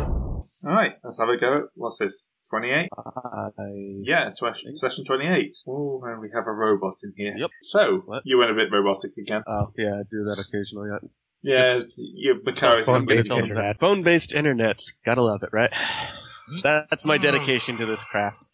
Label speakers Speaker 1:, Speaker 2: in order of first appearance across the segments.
Speaker 1: All right, let's have a go. What's this? 28?
Speaker 2: I...
Speaker 1: Yeah, tw- session 28. Oh, and we have a robot in here.
Speaker 3: Yep.
Speaker 1: So,
Speaker 3: What? Uh,
Speaker 1: you went a bit robotic again.
Speaker 2: Oh, yeah, I do that occasionally. I-
Speaker 1: yeah, you, Macari's
Speaker 3: Phone
Speaker 1: not been
Speaker 3: based
Speaker 4: Phone-based
Speaker 3: internet.
Speaker 4: internet.
Speaker 3: Phone based internet. Gotta love it, right?
Speaker 5: Mm.
Speaker 3: That, that's my dedication to this craft.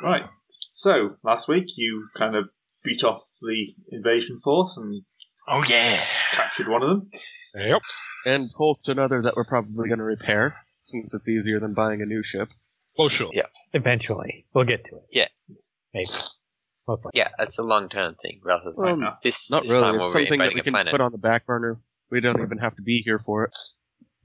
Speaker 1: Right. So, last week you kind of beat off the invasion force and
Speaker 3: Oh yeah.
Speaker 1: captured one of them.
Speaker 4: Yep.
Speaker 3: And pulped another that we're probably going to repair since it's easier than buying a new ship.
Speaker 4: Oh sure.
Speaker 6: Eventually, we'll get to it.
Speaker 5: Yeah.
Speaker 6: maybe. Most likely.
Speaker 5: Yeah, it's a long term thing rather than
Speaker 3: Well,
Speaker 1: no.
Speaker 5: this,
Speaker 3: Um, Not
Speaker 5: this time
Speaker 3: really.
Speaker 5: we're
Speaker 3: It's something that
Speaker 5: invading
Speaker 3: we
Speaker 5: a
Speaker 3: can
Speaker 5: planet.
Speaker 3: put on the back burner. We don't even have to be here for it.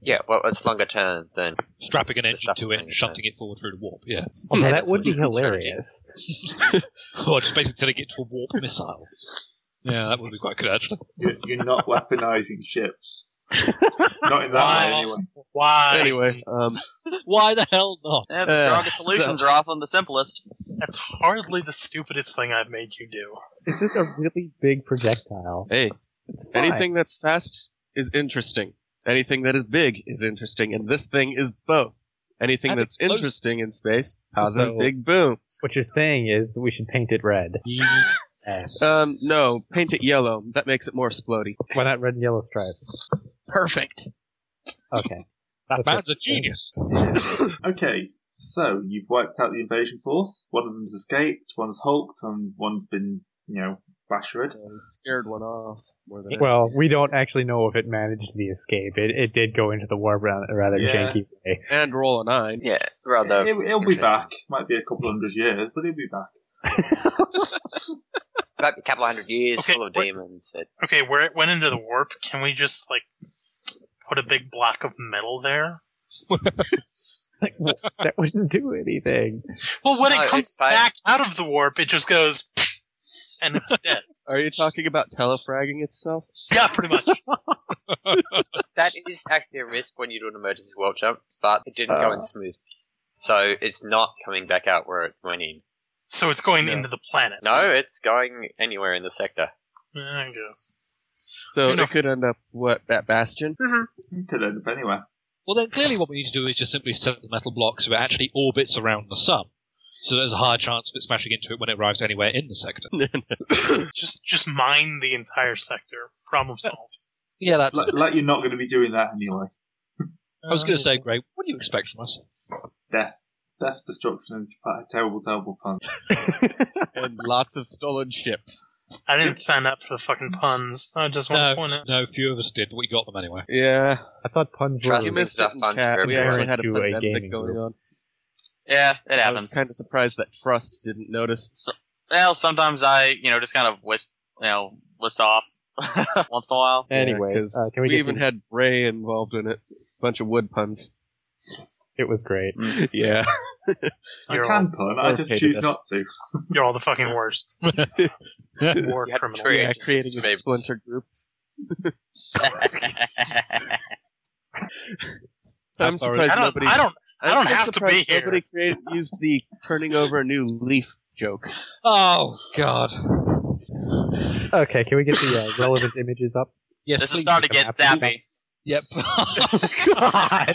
Speaker 5: Yeah, well, it's longer term than
Speaker 4: Strapping an engine
Speaker 5: stuff
Speaker 4: to it
Speaker 5: thing,
Speaker 4: and shunting it forward through the warp. Yeah.
Speaker 5: Yeah,
Speaker 6: Although Oh, that
Speaker 5: that's
Speaker 6: would be
Speaker 5: what I'm trying to do.
Speaker 6: hilarious.
Speaker 4: Or Oh, just basically telling it to a warp missile. Yeah, that would be quite good actually.
Speaker 1: You're, you're not weaponizing ships. Not in that way,
Speaker 7: Wow.
Speaker 1: anyway.
Speaker 7: Why?
Speaker 3: Anyway, um,
Speaker 4: Why the hell not?
Speaker 8: Yeah, the
Speaker 3: Uh,
Speaker 8: strongest solutions are often the simplest.
Speaker 7: That's hardly the stupidest thing I've made you do.
Speaker 6: It's just a really big projectile.
Speaker 3: hey,
Speaker 6: It's fine.
Speaker 3: anything that's fast is interesting. Anything that is big is interesting, and this thing is both. Anything
Speaker 4: And
Speaker 3: that's
Speaker 4: explodes.
Speaker 3: interesting in space causes
Speaker 6: So-
Speaker 3: big booms.
Speaker 6: What you're saying is we should paint it red.
Speaker 4: Yes. Uh,
Speaker 3: Um, no, paint it yellow. That makes it more splody.
Speaker 6: Why not red and yellow stripes?
Speaker 3: Perfect.
Speaker 6: Okay.
Speaker 4: that
Speaker 6: that's
Speaker 4: man's a genius.
Speaker 1: Okay, so you've wiped out the invasion force. One of them's escaped, one's hulked, and one's been, you know, bashered.
Speaker 3: scared one off more than
Speaker 6: Well, we don't actually know if it managed the escape. It, it did go into the warp ra- rather
Speaker 1: Yeah.
Speaker 6: janky way.
Speaker 3: and roll a nine.
Speaker 5: Yeah, rather.
Speaker 1: It, it'll be
Speaker 5: interesting.
Speaker 1: back. Might be a couple hundred years, but it'll be back.
Speaker 5: About a couple hundred years
Speaker 7: Okay,
Speaker 5: full of
Speaker 7: wait.
Speaker 5: demons. But
Speaker 7: Okay, where it went into the warp, can we just like put a big block of metal there?
Speaker 6: Like, wha- that wouldn't do anything.
Speaker 7: Well, when
Speaker 5: No,
Speaker 7: it
Speaker 5: it's
Speaker 7: comes
Speaker 5: fine.
Speaker 7: back out of the warp, it just goes and it's dead.
Speaker 3: Are you talking about telefragging itself?
Speaker 7: yeah, pretty much.
Speaker 5: that is actually a risk when you do an emergency world jump, but it didn't go
Speaker 6: Uh.
Speaker 5: in smooth. So it's not coming back out where it went in.
Speaker 7: So it's going
Speaker 3: No.
Speaker 7: into the planet.
Speaker 5: No, it's going anywhere in the sector.
Speaker 7: I guess.
Speaker 3: So
Speaker 7: Enough.
Speaker 3: it could end up what at Bastion?
Speaker 1: You could end up anywhere.
Speaker 4: Well, then clearly what we need to do is just simply set up the metal block so it actually orbits around the sun. So there's a higher chance of it smashing into it when it arrives anywhere in the sector.
Speaker 7: Just just mine the entire sector. Problem solved.
Speaker 4: Yeah, that's.
Speaker 1: Like, like you're not going to be doing that anyway.
Speaker 4: I was going
Speaker 7: Uh,
Speaker 4: to say, Greg, what do you expect from us?
Speaker 1: Death. Death, destruction, and pa- terrible, terrible puns.
Speaker 3: and lots of stolen ships.
Speaker 7: I didn't sign up for the fucking puns. I just want to point out.
Speaker 4: No, few of us did, but we got them anyway.
Speaker 3: Yeah,
Speaker 6: I thought puns were.
Speaker 5: Trust
Speaker 3: you
Speaker 5: me.
Speaker 3: missed it in
Speaker 5: Stuff
Speaker 3: chat. We
Speaker 5: on
Speaker 3: actually had a
Speaker 6: to a
Speaker 3: pandemic
Speaker 6: gaming
Speaker 3: going
Speaker 6: group.
Speaker 3: on.
Speaker 8: Yeah, it
Speaker 3: I was
Speaker 8: happens.
Speaker 3: kind of surprised that Trust didn't notice.
Speaker 8: Well, sometimes I, you know, just kind of list, you know, list off once in a while.
Speaker 6: Anyway,
Speaker 3: Yeah,
Speaker 6: uh,
Speaker 3: 'cause
Speaker 6: can we,
Speaker 3: we,
Speaker 6: get
Speaker 3: even
Speaker 6: to-
Speaker 3: had Ray involved in it. Bunch of wood puns.
Speaker 6: It was great.
Speaker 3: yeah,
Speaker 1: I
Speaker 7: You're
Speaker 1: can
Speaker 7: all,
Speaker 1: pun, I just
Speaker 3: Okay,
Speaker 1: choose
Speaker 3: that's-
Speaker 1: not to.
Speaker 7: you're all the fucking worst. War
Speaker 5: You have to
Speaker 7: criminals.
Speaker 5: Ray,
Speaker 3: yeah,
Speaker 5: just
Speaker 3: creating a
Speaker 5: maybe.
Speaker 3: splinter group. I'm
Speaker 4: Sorry.
Speaker 3: surprised
Speaker 7: I don't,
Speaker 3: nobody.
Speaker 7: I don't. I don't
Speaker 3: I'm
Speaker 7: have to be
Speaker 3: surprised
Speaker 7: here.
Speaker 3: Nobody created, used the turning over a new leaf joke.
Speaker 4: Oh, God.
Speaker 6: Okay, can we get the uh, relevant images up?
Speaker 4: Yes,
Speaker 8: this is
Speaker 4: please.
Speaker 8: starting to get sappy.
Speaker 4: Yep.
Speaker 6: God.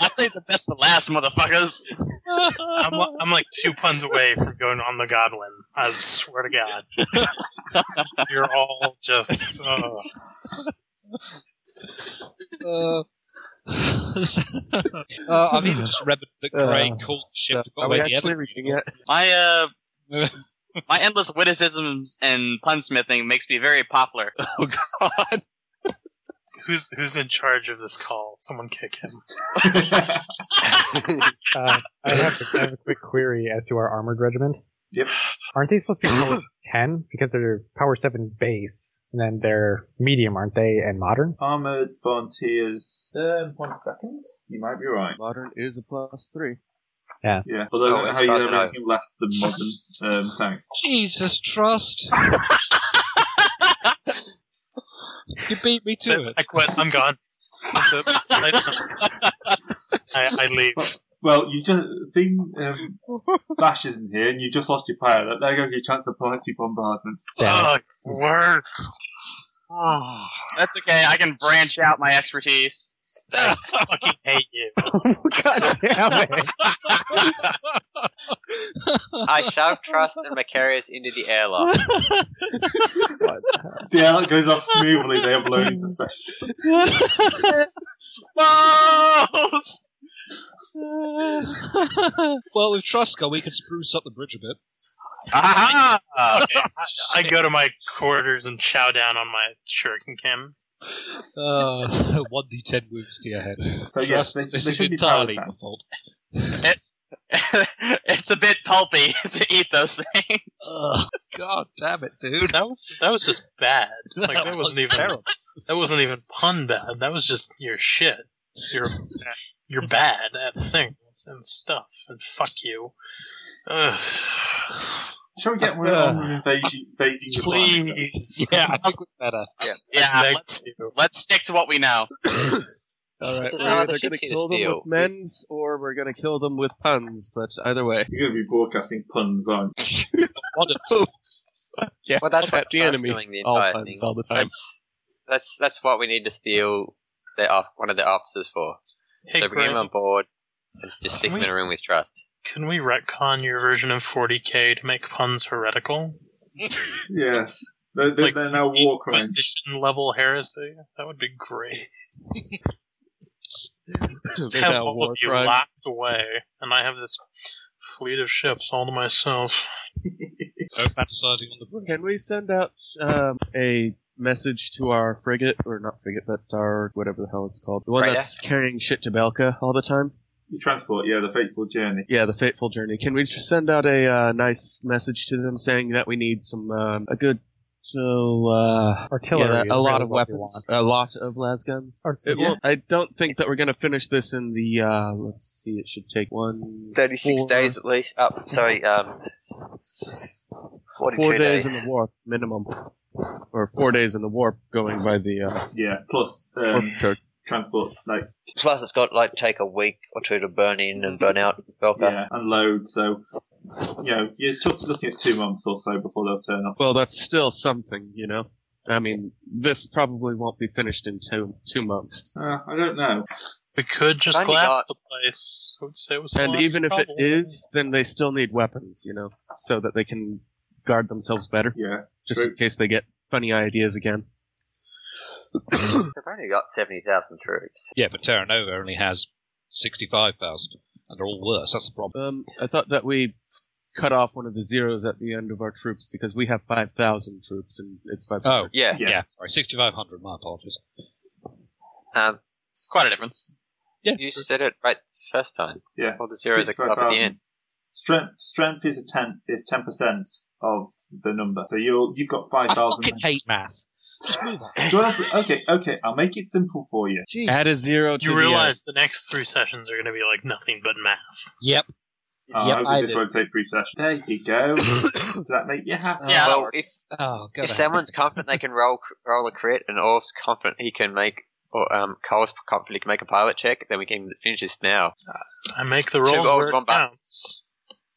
Speaker 8: I saved the best for last, motherfuckers.
Speaker 7: I'm, li- I'm like two puns away from going on the Godwin. I swear to God. You're all just. Oh.
Speaker 4: uh, uh, I mean, just remembered that
Speaker 7: Uh,
Speaker 4: Greg called the ship.
Speaker 3: So,
Speaker 4: and got
Speaker 3: are
Speaker 4: away
Speaker 3: we
Speaker 4: in the
Speaker 3: actually
Speaker 4: other-
Speaker 3: reading it?
Speaker 8: My uh, my endless witticisms and punsmithing makes me very popular.
Speaker 9: Oh God!
Speaker 7: Who's who's in charge of this call? Someone kick him.
Speaker 6: Uh, I, have to, I have a quick query as to our armored regiment.
Speaker 1: Yep.
Speaker 6: Aren't they supposed to be power 10? Because they're power 7 base, and then they're medium, aren't they, and modern?
Speaker 1: Armored Volunteers. Um, one second. You might be right.
Speaker 3: Modern is a plus three.
Speaker 1: Yeah. Although,
Speaker 5: Oh, it's
Speaker 1: how you
Speaker 5: starting
Speaker 1: have anything less than modern um, tanks?
Speaker 4: Jesus, trust. you beat me
Speaker 7: So
Speaker 4: to it.
Speaker 7: I quit. I'm gone. That's it.
Speaker 3: Ah.
Speaker 7: I, I leave.
Speaker 1: Well, you just seen um, Bash isn't here, and you just lost your pilot. There goes your chance of party bombardments.
Speaker 6: Damn it.
Speaker 7: Fuck. Oh, Work. Ah,
Speaker 8: That's okay. I can branch out my expertise.
Speaker 7: I fucking hate you.
Speaker 6: God damn it.
Speaker 5: I shove Trust and Macarius into the airlock.
Speaker 1: The air goes off smoothly, they are blown into space.
Speaker 8: Smalls!
Speaker 4: well, with Truska, we can spruce up the bridge a bit.
Speaker 7: Ah, okay. I go to my quarters and chow down on my shuriken cam.
Speaker 4: Uh, 1d10 wounds to your head.
Speaker 1: So, yes,
Speaker 4: Trust,
Speaker 1: they,
Speaker 4: this
Speaker 1: they
Speaker 4: is
Speaker 1: should be power
Speaker 4: entirely
Speaker 1: attack.
Speaker 4: your fault.
Speaker 8: it's a bit pulpy to eat those things.
Speaker 4: Ugh, God damn it, dude.
Speaker 7: That was that was just bad. Like that, wasn't even
Speaker 4: terrible.
Speaker 7: that wasn't even pun bad. That was just your shit. You're you're bad at things and stuff and fuck you. Ugh.
Speaker 1: Shall we get one on with invasion, invading the planet?
Speaker 7: Please,
Speaker 4: Yeah, I think we're better.
Speaker 5: Yeah.
Speaker 8: Yeah,
Speaker 7: Beg
Speaker 8: let's,
Speaker 7: you.
Speaker 8: let's stick to what we know.
Speaker 3: All right,
Speaker 5: Because
Speaker 3: we're
Speaker 5: now
Speaker 3: either
Speaker 5: the
Speaker 3: going to
Speaker 5: ships need to
Speaker 3: kill them
Speaker 5: steal.
Speaker 3: with men's or we're going to kill them with puns, but either way,
Speaker 1: You're going to be broadcasting puns, aren't you?
Speaker 4: One of-
Speaker 3: yeah,
Speaker 5: Well, that's
Speaker 3: at
Speaker 5: what
Speaker 3: the
Speaker 5: Trust
Speaker 3: enemy,
Speaker 5: doing the
Speaker 3: all
Speaker 5: entire
Speaker 3: puns
Speaker 5: thing.
Speaker 3: all the time.
Speaker 5: That's that's what we need to steal their off, one of their officers for.
Speaker 7: Hey,
Speaker 5: so bring him
Speaker 7: Grant,
Speaker 5: on board and just stick
Speaker 7: Can
Speaker 5: him in a room with Trust.
Speaker 7: can we retcon your version of 40k to make puns heretical?
Speaker 1: Yes. They're, they're,
Speaker 7: Like,
Speaker 1: they're now war crimes.
Speaker 7: Inquisition level heresy. That would be great. Just
Speaker 3: They're
Speaker 7: have
Speaker 3: now
Speaker 7: all
Speaker 3: war
Speaker 7: of you
Speaker 3: crimes.
Speaker 7: locked away, and I have this fleet of ships all to myself.
Speaker 4: no fantasizing on the bridge.
Speaker 3: Can we send out um, a message to our frigate, or not frigate, but our whatever the hell it's called, the one
Speaker 5: Freya?
Speaker 3: that's carrying shit to Belka all the time?
Speaker 1: Your transport, yeah, the fateful journey.
Speaker 3: Yeah, the fateful journey. Can we just send out a uh, nice message to them saying that we need some um, a good so uh,
Speaker 6: Artillery.
Speaker 3: yeah, that-
Speaker 6: is
Speaker 3: a
Speaker 6: really
Speaker 3: lot of
Speaker 6: what we
Speaker 3: weapons,
Speaker 6: want.
Speaker 3: a lot of las guns.
Speaker 6: Or-
Speaker 3: It
Speaker 1: Yeah.
Speaker 3: won't, I don't think that we're gonna finish this in the. uh Let's see. It should take one.
Speaker 5: Thirty-six
Speaker 3: four-
Speaker 5: days at least. Up, sorry, um, forty-two
Speaker 3: Four
Speaker 5: days.
Speaker 3: days in the warp minimum, or four days in the warp going by the uh,
Speaker 1: Yeah, plus
Speaker 3: warp
Speaker 1: um,
Speaker 3: turret.
Speaker 1: transport, like,
Speaker 5: Plus, it's got like take a week or two to burn in and burn out Velka.
Speaker 1: yeah, and load. So, you know, you're just looking at two months or so before they'll turn up.
Speaker 3: Well, that's still something, you know. I mean, this probably won't be finished in two two months.
Speaker 1: Uh, I don't know.
Speaker 7: We could just
Speaker 5: Tiny
Speaker 7: glass
Speaker 5: dot.
Speaker 7: the place. I would say it was
Speaker 3: And
Speaker 7: fine,
Speaker 3: even if it
Speaker 7: trouble.
Speaker 3: is, then they still need weapons, you know, so that they can guard themselves better,
Speaker 1: Yeah.
Speaker 3: just in
Speaker 1: True.
Speaker 3: case they get funny ideas again.
Speaker 5: They've only got seventy thousand troops.
Speaker 4: Yeah, but Terra Nova only has 65,000, and they're all worse. That's the problem.
Speaker 3: Um, I thought that we cut off one of the zeros at the end of our troops because we have five thousand troops, and it's five.
Speaker 4: Oh,
Speaker 5: Yeah.
Speaker 4: yeah, sorry, 6,500, my apologies.
Speaker 5: Um,
Speaker 8: It's quite a difference.
Speaker 5: you said it right the first time.
Speaker 1: Yeah.
Speaker 5: All the zeros are up at the
Speaker 1: 65,000.
Speaker 5: end.
Speaker 1: Strength strength is a ten is ten percent of the number. So you're you've got five
Speaker 4: I
Speaker 1: thousand.
Speaker 4: fucking hate math. Just move on.
Speaker 1: okay, okay, I'll make it simple for you.
Speaker 4: Jeez.
Speaker 3: Add a zero to
Speaker 7: You
Speaker 3: the, uh,
Speaker 7: realize the next three sessions are going to be like nothing but math.
Speaker 4: Yep.
Speaker 1: Uh, I
Speaker 4: yep,
Speaker 1: hope
Speaker 4: I
Speaker 1: this
Speaker 4: did.
Speaker 1: won't take three sessions. There you go. Does that make you happy?
Speaker 8: Yeah, that
Speaker 5: well,
Speaker 8: works.
Speaker 5: if,
Speaker 4: Oh, God.
Speaker 5: if someone's confident they can roll roll a crit, and Orv's confident he can make, or um, Cole's confident he can make a pilot check, then we can finish this now.
Speaker 7: I make the
Speaker 5: Two
Speaker 7: rolls
Speaker 5: goals,
Speaker 7: where
Speaker 5: one
Speaker 7: it
Speaker 5: back.
Speaker 7: counts.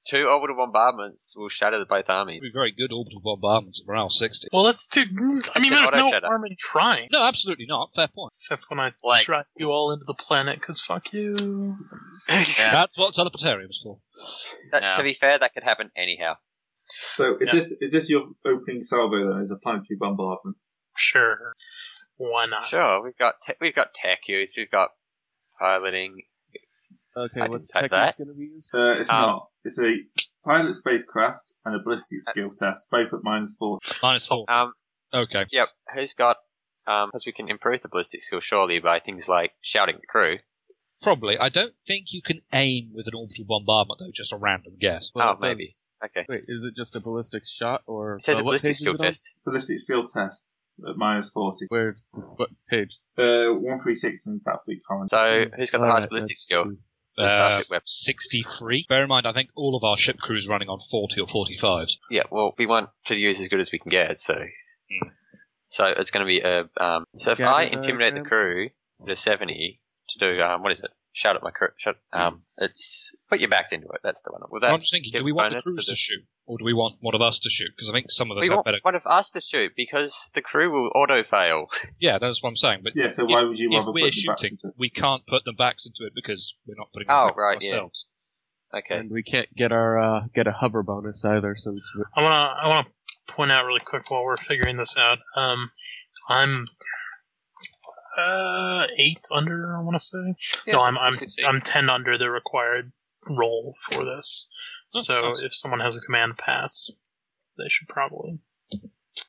Speaker 5: Two orbital bombardments will shatter both armies.
Speaker 4: It'd be very good orbital bombardments at morale 60.
Speaker 7: Well, let's do. I mean,
Speaker 5: an
Speaker 7: there's no
Speaker 5: auto-shatter.
Speaker 7: harm in trying.
Speaker 4: No, absolutely not. Fair point.
Speaker 7: Except when I
Speaker 8: Like-
Speaker 7: drive you all into the planet, because fuck you.
Speaker 8: Yeah.
Speaker 4: That's what teleportarium's for.
Speaker 5: That,
Speaker 8: Yeah.
Speaker 5: To be fair, that could happen anyhow.
Speaker 1: So is this is this your opening salvo then? Is a planetary bombardment?
Speaker 7: Sure. Why not?
Speaker 5: Sure, we've got te- we've got tech use, we've got piloting. I
Speaker 3: Okay,
Speaker 5: can
Speaker 3: what's
Speaker 5: type
Speaker 3: tech
Speaker 5: that.
Speaker 3: going to be used?
Speaker 1: Uh, it's
Speaker 4: Ah.
Speaker 5: Um,
Speaker 1: not. It's a pilot spacecraft and a ballistic
Speaker 4: Uh.
Speaker 1: skill test, both at minus four.
Speaker 4: Minus four.
Speaker 5: Um,
Speaker 4: Okay.
Speaker 5: yep. Who's got? Um, because we can improve the ballistic skill surely by things like shouting at the crew.
Speaker 4: Probably. I don't think you can aim with an orbital bombardment, though, just a random guess.
Speaker 3: Well,
Speaker 5: oh, maybe.
Speaker 3: does-
Speaker 5: Okay.
Speaker 3: Wait, is it just a ballistics shot or
Speaker 5: It says
Speaker 3: uh,
Speaker 5: a
Speaker 3: what
Speaker 5: ballistic
Speaker 3: page is
Speaker 5: skill
Speaker 3: it on?
Speaker 5: test.
Speaker 1: Ballistic skill test at minus forty.
Speaker 3: Where what page?
Speaker 1: Uh, one three six and Batfleet Command.
Speaker 5: So who's got the
Speaker 3: All
Speaker 5: highest
Speaker 3: right,
Speaker 5: ballistic
Speaker 3: let's
Speaker 5: skill?
Speaker 3: see.
Speaker 4: Uh,
Speaker 5: Perfect web.
Speaker 4: 63. Bear in mind, I think all of our ship crews running on 40 or 45s.
Speaker 5: Yeah. Well, we want to use as good as we can get, so.
Speaker 4: Hmm.
Speaker 5: So it's going to be a. Um, so if I
Speaker 3: Scatter
Speaker 5: intimidate the
Speaker 3: diagram?
Speaker 5: crew to seventy to to do. Um, what is it? Shout at my crew. Shout, um,
Speaker 4: Hmm.
Speaker 5: it's put your backs into it. That's the one. Well,
Speaker 4: I'm
Speaker 5: that,
Speaker 4: just thinking,
Speaker 5: give
Speaker 4: do we want the
Speaker 5: bonus
Speaker 4: crews
Speaker 5: to
Speaker 4: to
Speaker 5: the-
Speaker 4: shoot, or do we want one of us to shoot? Because I think some of us
Speaker 5: we
Speaker 4: have
Speaker 5: want
Speaker 4: better.
Speaker 5: one of us to shoot because the crew will auto fail.
Speaker 4: Yeah, that's what I'm saying. But
Speaker 1: Yeah, so
Speaker 4: if,
Speaker 1: why would you
Speaker 4: if
Speaker 1: rather put
Speaker 4: we're
Speaker 1: your backs
Speaker 4: shooting,
Speaker 1: into it?
Speaker 4: we can't put them backs into it because we're not putting
Speaker 5: Oh,
Speaker 4: our backs
Speaker 5: right, yeah.
Speaker 4: ourselves.
Speaker 5: Okay.
Speaker 3: And we can't get our uh, get a hover bonus either, since we
Speaker 7: I want to I want to point out really quick while we're figuring this out. Um, I'm uh, eight under. I want to say
Speaker 5: Yeah,
Speaker 7: no. I'm I'm
Speaker 5: six, eight.
Speaker 7: I'm ten under the required roll for this.
Speaker 4: Oh,
Speaker 7: So
Speaker 4: nice.
Speaker 7: if someone has a command pass, they should probably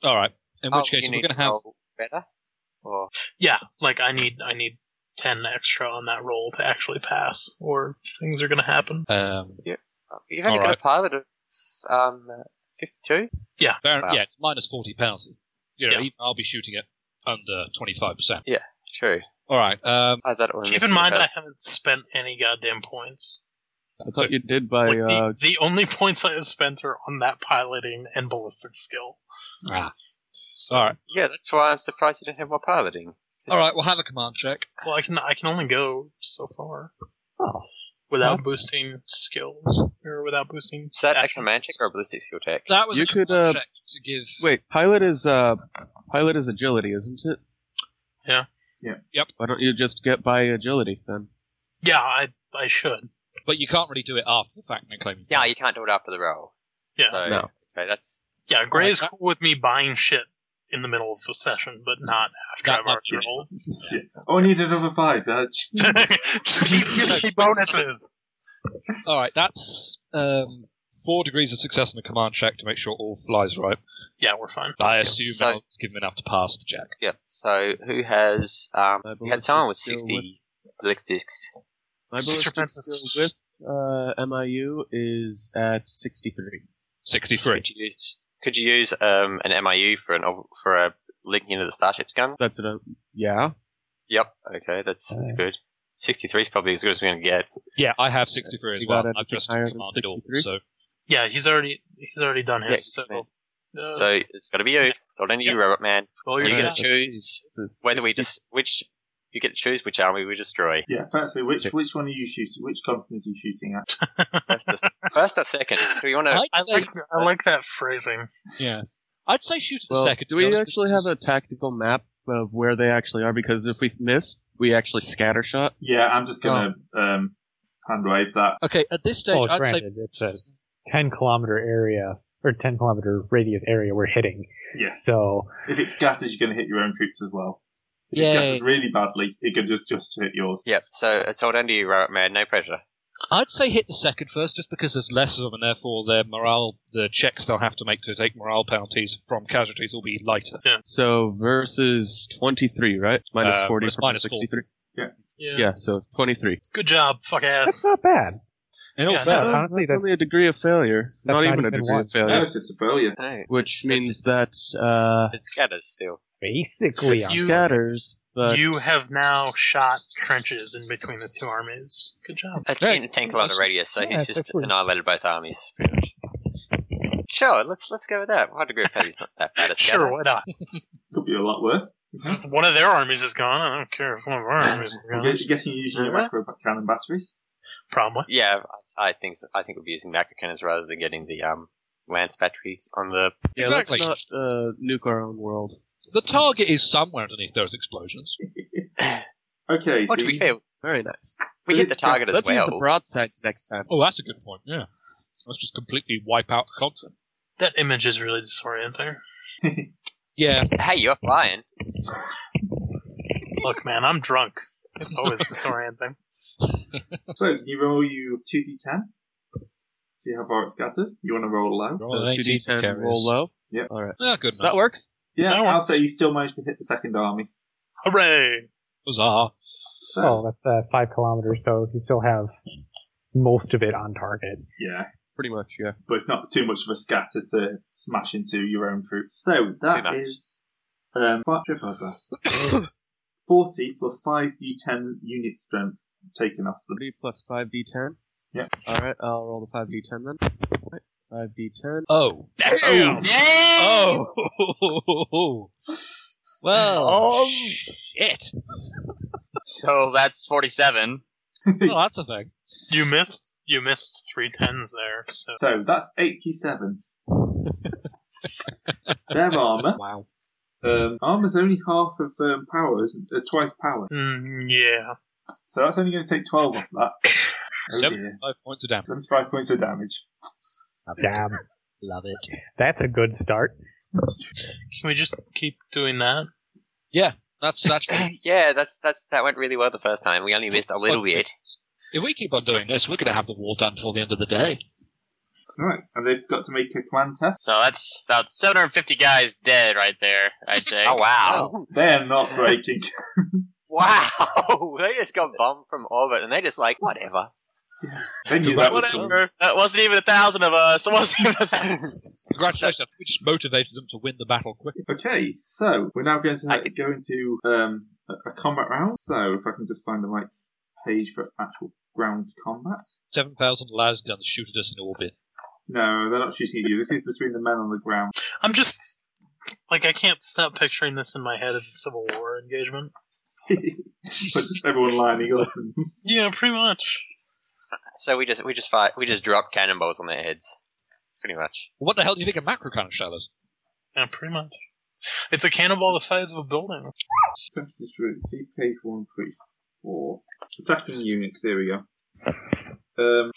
Speaker 4: All right. In
Speaker 5: Oh,
Speaker 4: which case,
Speaker 5: you
Speaker 4: we're
Speaker 5: need
Speaker 4: going to have.
Speaker 5: roll better. Or
Speaker 7: yeah. Like I need I need ten extra on that roll to actually pass, or things are going to happen.
Speaker 4: Um,
Speaker 5: you've only
Speaker 4: All
Speaker 5: got
Speaker 4: right.
Speaker 5: a pilot of um fifty-two.
Speaker 4: Baron,
Speaker 5: Wow.
Speaker 4: Yeah, it's minus 40 penalty. You know,
Speaker 7: Yeah.
Speaker 4: even I'll be shooting it under 25%.
Speaker 5: True.
Speaker 4: All right. Um,
Speaker 5: I thought it was.
Speaker 7: Keep in mind I haven't spent any goddamn points.
Speaker 3: I thought you did by
Speaker 7: Like, the,
Speaker 3: uh,
Speaker 7: the only points I have spent are on that piloting and ballistic skill.
Speaker 4: ah.
Speaker 7: So,
Speaker 4: All right.
Speaker 5: Yeah, that's why I'm surprised you didn't have more piloting.
Speaker 4: All right. We'll have a command check.
Speaker 7: Well, I can I can only go so far
Speaker 5: Oh.
Speaker 7: without boosting skills or without boosting.
Speaker 5: Is that a
Speaker 7: actions.
Speaker 5: command check or a ballistic skill check?
Speaker 4: That was
Speaker 3: You
Speaker 4: a
Speaker 3: could,
Speaker 4: command
Speaker 3: uh,
Speaker 4: check to give.
Speaker 3: wait. Pilot is uh, pilot is agility, isn't it?
Speaker 7: Yeah.
Speaker 1: Yeah.
Speaker 4: Yep.
Speaker 3: Why don't you just get by agility then?
Speaker 7: Yeah, I I should.
Speaker 4: But you can't really do it after the fact and claim.
Speaker 5: Yeah, you can't do it after the roll.
Speaker 7: Yeah.
Speaker 5: So,
Speaker 3: No.
Speaker 5: Okay, that's
Speaker 7: Yeah, Gray is
Speaker 4: that-
Speaker 7: cool with me buying shit in the middle of a session, but not after
Speaker 4: That
Speaker 7: I've
Speaker 4: might
Speaker 7: already rolled.
Speaker 1: Yeah. Oh, I need another five. Uh, ch-
Speaker 7: Just keep giving me bonuses.
Speaker 4: All right. That's um, four degrees of success on a command check to make sure all flies right.
Speaker 7: Yeah, we're fine.
Speaker 4: I assume
Speaker 5: So-
Speaker 4: I'll give him enough to pass the check.
Speaker 5: yeah. So who has um?
Speaker 3: My
Speaker 5: You had someone with
Speaker 3: ballistic skill
Speaker 5: sixty ballistics.
Speaker 3: My
Speaker 7: Sister
Speaker 3: ballistic skill
Speaker 7: Memphis.
Speaker 3: with uh, MIU is at sixty three.
Speaker 4: 63.
Speaker 5: Could you use? Could you use um an MIU for an ob- for a linking into the starship's gun?
Speaker 3: That's it. uh, Yeah.
Speaker 5: Yep. Okay, that's that's good. Sixty three is probably as good as we're gonna get.
Speaker 4: Yeah, I have 63 as
Speaker 3: You
Speaker 4: well.
Speaker 3: got
Speaker 4: I've
Speaker 3: anything
Speaker 4: just
Speaker 3: higher than
Speaker 4: commanded all.
Speaker 3: 63?
Speaker 4: So
Speaker 7: Yeah, he's already he's already done
Speaker 5: Yeah,
Speaker 7: his.
Speaker 5: okay.
Speaker 7: so, uh,
Speaker 5: So it's gotta be you. It's all on you,
Speaker 4: Yep.
Speaker 5: Robot Man.
Speaker 7: roll your
Speaker 5: You
Speaker 3: You're
Speaker 5: get
Speaker 3: gonna-
Speaker 7: shit.
Speaker 5: to choose
Speaker 3: This is
Speaker 5: whether we
Speaker 3: 60
Speaker 5: just which. You get to choose which army we destroy.
Speaker 1: yeah, firstly, which which one are you shooting? Which continent are you shooting at?
Speaker 5: First or, first or second? Do you want to?
Speaker 4: I'd
Speaker 7: I
Speaker 4: say,
Speaker 7: like I like that phrasing.
Speaker 4: yeah, I'd say shoot at the
Speaker 3: Well,
Speaker 4: second.
Speaker 3: do
Speaker 4: to be
Speaker 3: we
Speaker 4: honest,
Speaker 3: actually have a
Speaker 4: because-
Speaker 3: tactical map of where they actually are? Because if we miss, we actually scatter shot.
Speaker 1: Yeah, I'm just gonna um, hand wave that.
Speaker 4: Okay, at this stage,
Speaker 6: Oh,
Speaker 4: I'd say
Speaker 6: granted, it's a 10 kilometer area or 10 kilometer radius area we're hitting.
Speaker 1: Yes.
Speaker 6: So
Speaker 1: If it scatters, you're gonna hit your own troops as well. If it scatters really badly, it can just just hit yours.
Speaker 5: Yep. So it's all down to you, Robot Man. No pressure.
Speaker 4: I'd say hit the second first, just because there's less of them, and therefore their morale, the checks they'll have to make to take morale penalties from casualties will be lighter.
Speaker 3: So versus twenty three, right? Minus
Speaker 4: Uh,
Speaker 3: forty
Speaker 4: it's
Speaker 3: from
Speaker 4: minus four.
Speaker 3: sixty three.
Speaker 7: Yeah.
Speaker 3: Yeah, so twenty three.
Speaker 7: Good job, fuck ass.
Speaker 6: that's not bad.
Speaker 4: In all
Speaker 7: Yeah,
Speaker 4: fairness,
Speaker 6: no, honestly,
Speaker 3: that's
Speaker 6: that's-
Speaker 3: only a degree of failure.
Speaker 6: that's
Speaker 3: Not
Speaker 6: not
Speaker 3: even a
Speaker 6: even
Speaker 3: degree
Speaker 6: one.
Speaker 3: of failure.
Speaker 1: No, it's just a failure.
Speaker 5: No.
Speaker 3: Which means that uh,
Speaker 5: It scatters still.
Speaker 6: Basically, I'm
Speaker 7: You-
Speaker 3: scatters, but
Speaker 7: you have now shot trenches in between the two armies. Good job.
Speaker 5: It's
Speaker 4: Yeah,
Speaker 5: in ten kilometer
Speaker 4: that's-
Speaker 5: radius, so
Speaker 6: yeah,
Speaker 5: he's
Speaker 6: that's
Speaker 5: just
Speaker 6: what-
Speaker 5: annihilated both armies. Pretty much. Sure, let's let's go with that. One degree of failure not that bad. a
Speaker 7: Sure,
Speaker 5: scatter.
Speaker 7: why not?
Speaker 1: Could be a lot worse.
Speaker 7: If one of their armies is gone, I don't care if one of our armies is
Speaker 1: I'm
Speaker 7: gone.
Speaker 1: gu- guessing you're using your
Speaker 5: Uh-huh.
Speaker 1: macro cannon batteries.
Speaker 7: Probably.
Speaker 5: Yeah, I I think so- I think we'll be using macro cannons rather than getting the um lance battery on the.
Speaker 4: yeah,
Speaker 3: let's
Speaker 4: exactly.
Speaker 3: not uh, nuke our own world.
Speaker 4: The target is somewhere underneath those explosions.
Speaker 1: Okay,
Speaker 5: Oh,
Speaker 1: so
Speaker 5: to be
Speaker 1: you-
Speaker 5: fair,
Speaker 3: Very nice.
Speaker 5: we hit the target as
Speaker 9: Let's use the
Speaker 5: well.
Speaker 9: broadsides next time.
Speaker 4: Oh, that's a good point. Yeah, let's just completely wipe out the continent.
Speaker 7: That image is really disorienting.
Speaker 4: Yeah,
Speaker 5: Hey, you're flying.
Speaker 7: Look, man, I'm drunk. It's always disorienting.
Speaker 1: so can you roll you two d ten? See how far it scatters. You want to roll low?
Speaker 4: Roll
Speaker 3: So
Speaker 4: an
Speaker 3: two
Speaker 4: 18
Speaker 3: d
Speaker 4: for
Speaker 3: ten,
Speaker 4: carriers.
Speaker 3: roll low.
Speaker 1: Yep.
Speaker 3: All right,
Speaker 4: yeah, Ah, good enough.
Speaker 3: that works.
Speaker 1: Yeah,
Speaker 7: That
Speaker 1: I'll
Speaker 7: works.
Speaker 1: say you still managed to hit the second army.
Speaker 7: Hooray!
Speaker 4: Huzzah.
Speaker 1: So
Speaker 6: oh, that's uh, five kilometers, so you still have most of it on target.
Speaker 1: yeah,
Speaker 3: Pretty much, yeah.
Speaker 1: but it's not too much of a scatter to smash into your own troops. So that
Speaker 5: Too much.
Speaker 1: is um, fi- trip over. forty plus five d ten unit strength taken off them.
Speaker 3: Three plus five d ten.
Speaker 1: Yeah.
Speaker 3: All right, I'll roll the five d ten then. Five d ten.
Speaker 4: Oh.
Speaker 7: Damn!
Speaker 4: Oh. well.
Speaker 7: Oh.
Speaker 4: Shit.
Speaker 8: So that's 47.
Speaker 4: Oh, that's a thing.
Speaker 7: You missed. You missed three tens there. So
Speaker 1: So that's 87. Their armor.
Speaker 4: Wow.
Speaker 1: Um, armor's only half of um, power, isn't uh, twice power.
Speaker 7: Mm, yeah,
Speaker 1: So that's only going to take 12 off that. Oh
Speaker 4: Seven.
Speaker 1: dear.
Speaker 4: Five points of damage.
Speaker 1: 75 points of damage.
Speaker 6: Damn.
Speaker 4: Love it.
Speaker 6: That's a good start.
Speaker 7: can we just keep doing that?
Speaker 4: That's actually.
Speaker 5: yeah, that's that's that went really well the first time. We only missed a little
Speaker 4: Okay.
Speaker 5: bit.
Speaker 4: If we keep on doing this, we're going to have the war done before the end of the day.
Speaker 1: Right, and they've got to make a command test.
Speaker 8: So that's about 750 guys dead right there, I'd say.
Speaker 5: Oh wow!
Speaker 1: They're not breaking.
Speaker 5: Wow! they just got bombed from orbit, and they just like whatever.
Speaker 1: they knew that was coming.
Speaker 8: Whatever. That wasn't even a thousand of us. It wasn't even a thousand.
Speaker 4: Congratulations. we just motivated them to win the battle quicker.
Speaker 1: Okay, so we're now going to
Speaker 5: I could-
Speaker 1: go into um, a, a combat round. So if I can just find the right page for actual ground combat.
Speaker 4: 7,000 las guns shoot at us in orbit.
Speaker 1: No, they're not shooting at you. This is between the men on the ground.
Speaker 7: I'm just like I can't stop picturing this in my head as a Civil War engagement.
Speaker 1: but just everyone lining up. And...
Speaker 7: Yeah, pretty much.
Speaker 5: So we just we just fight. We just drop cannonballs on their heads, pretty much.
Speaker 4: What the hell do you think a macro cannon shell is?
Speaker 7: Yeah, pretty much. It's a cannonball the size of a building.
Speaker 1: Census route, see page 134. Attacking units, here we go. Um,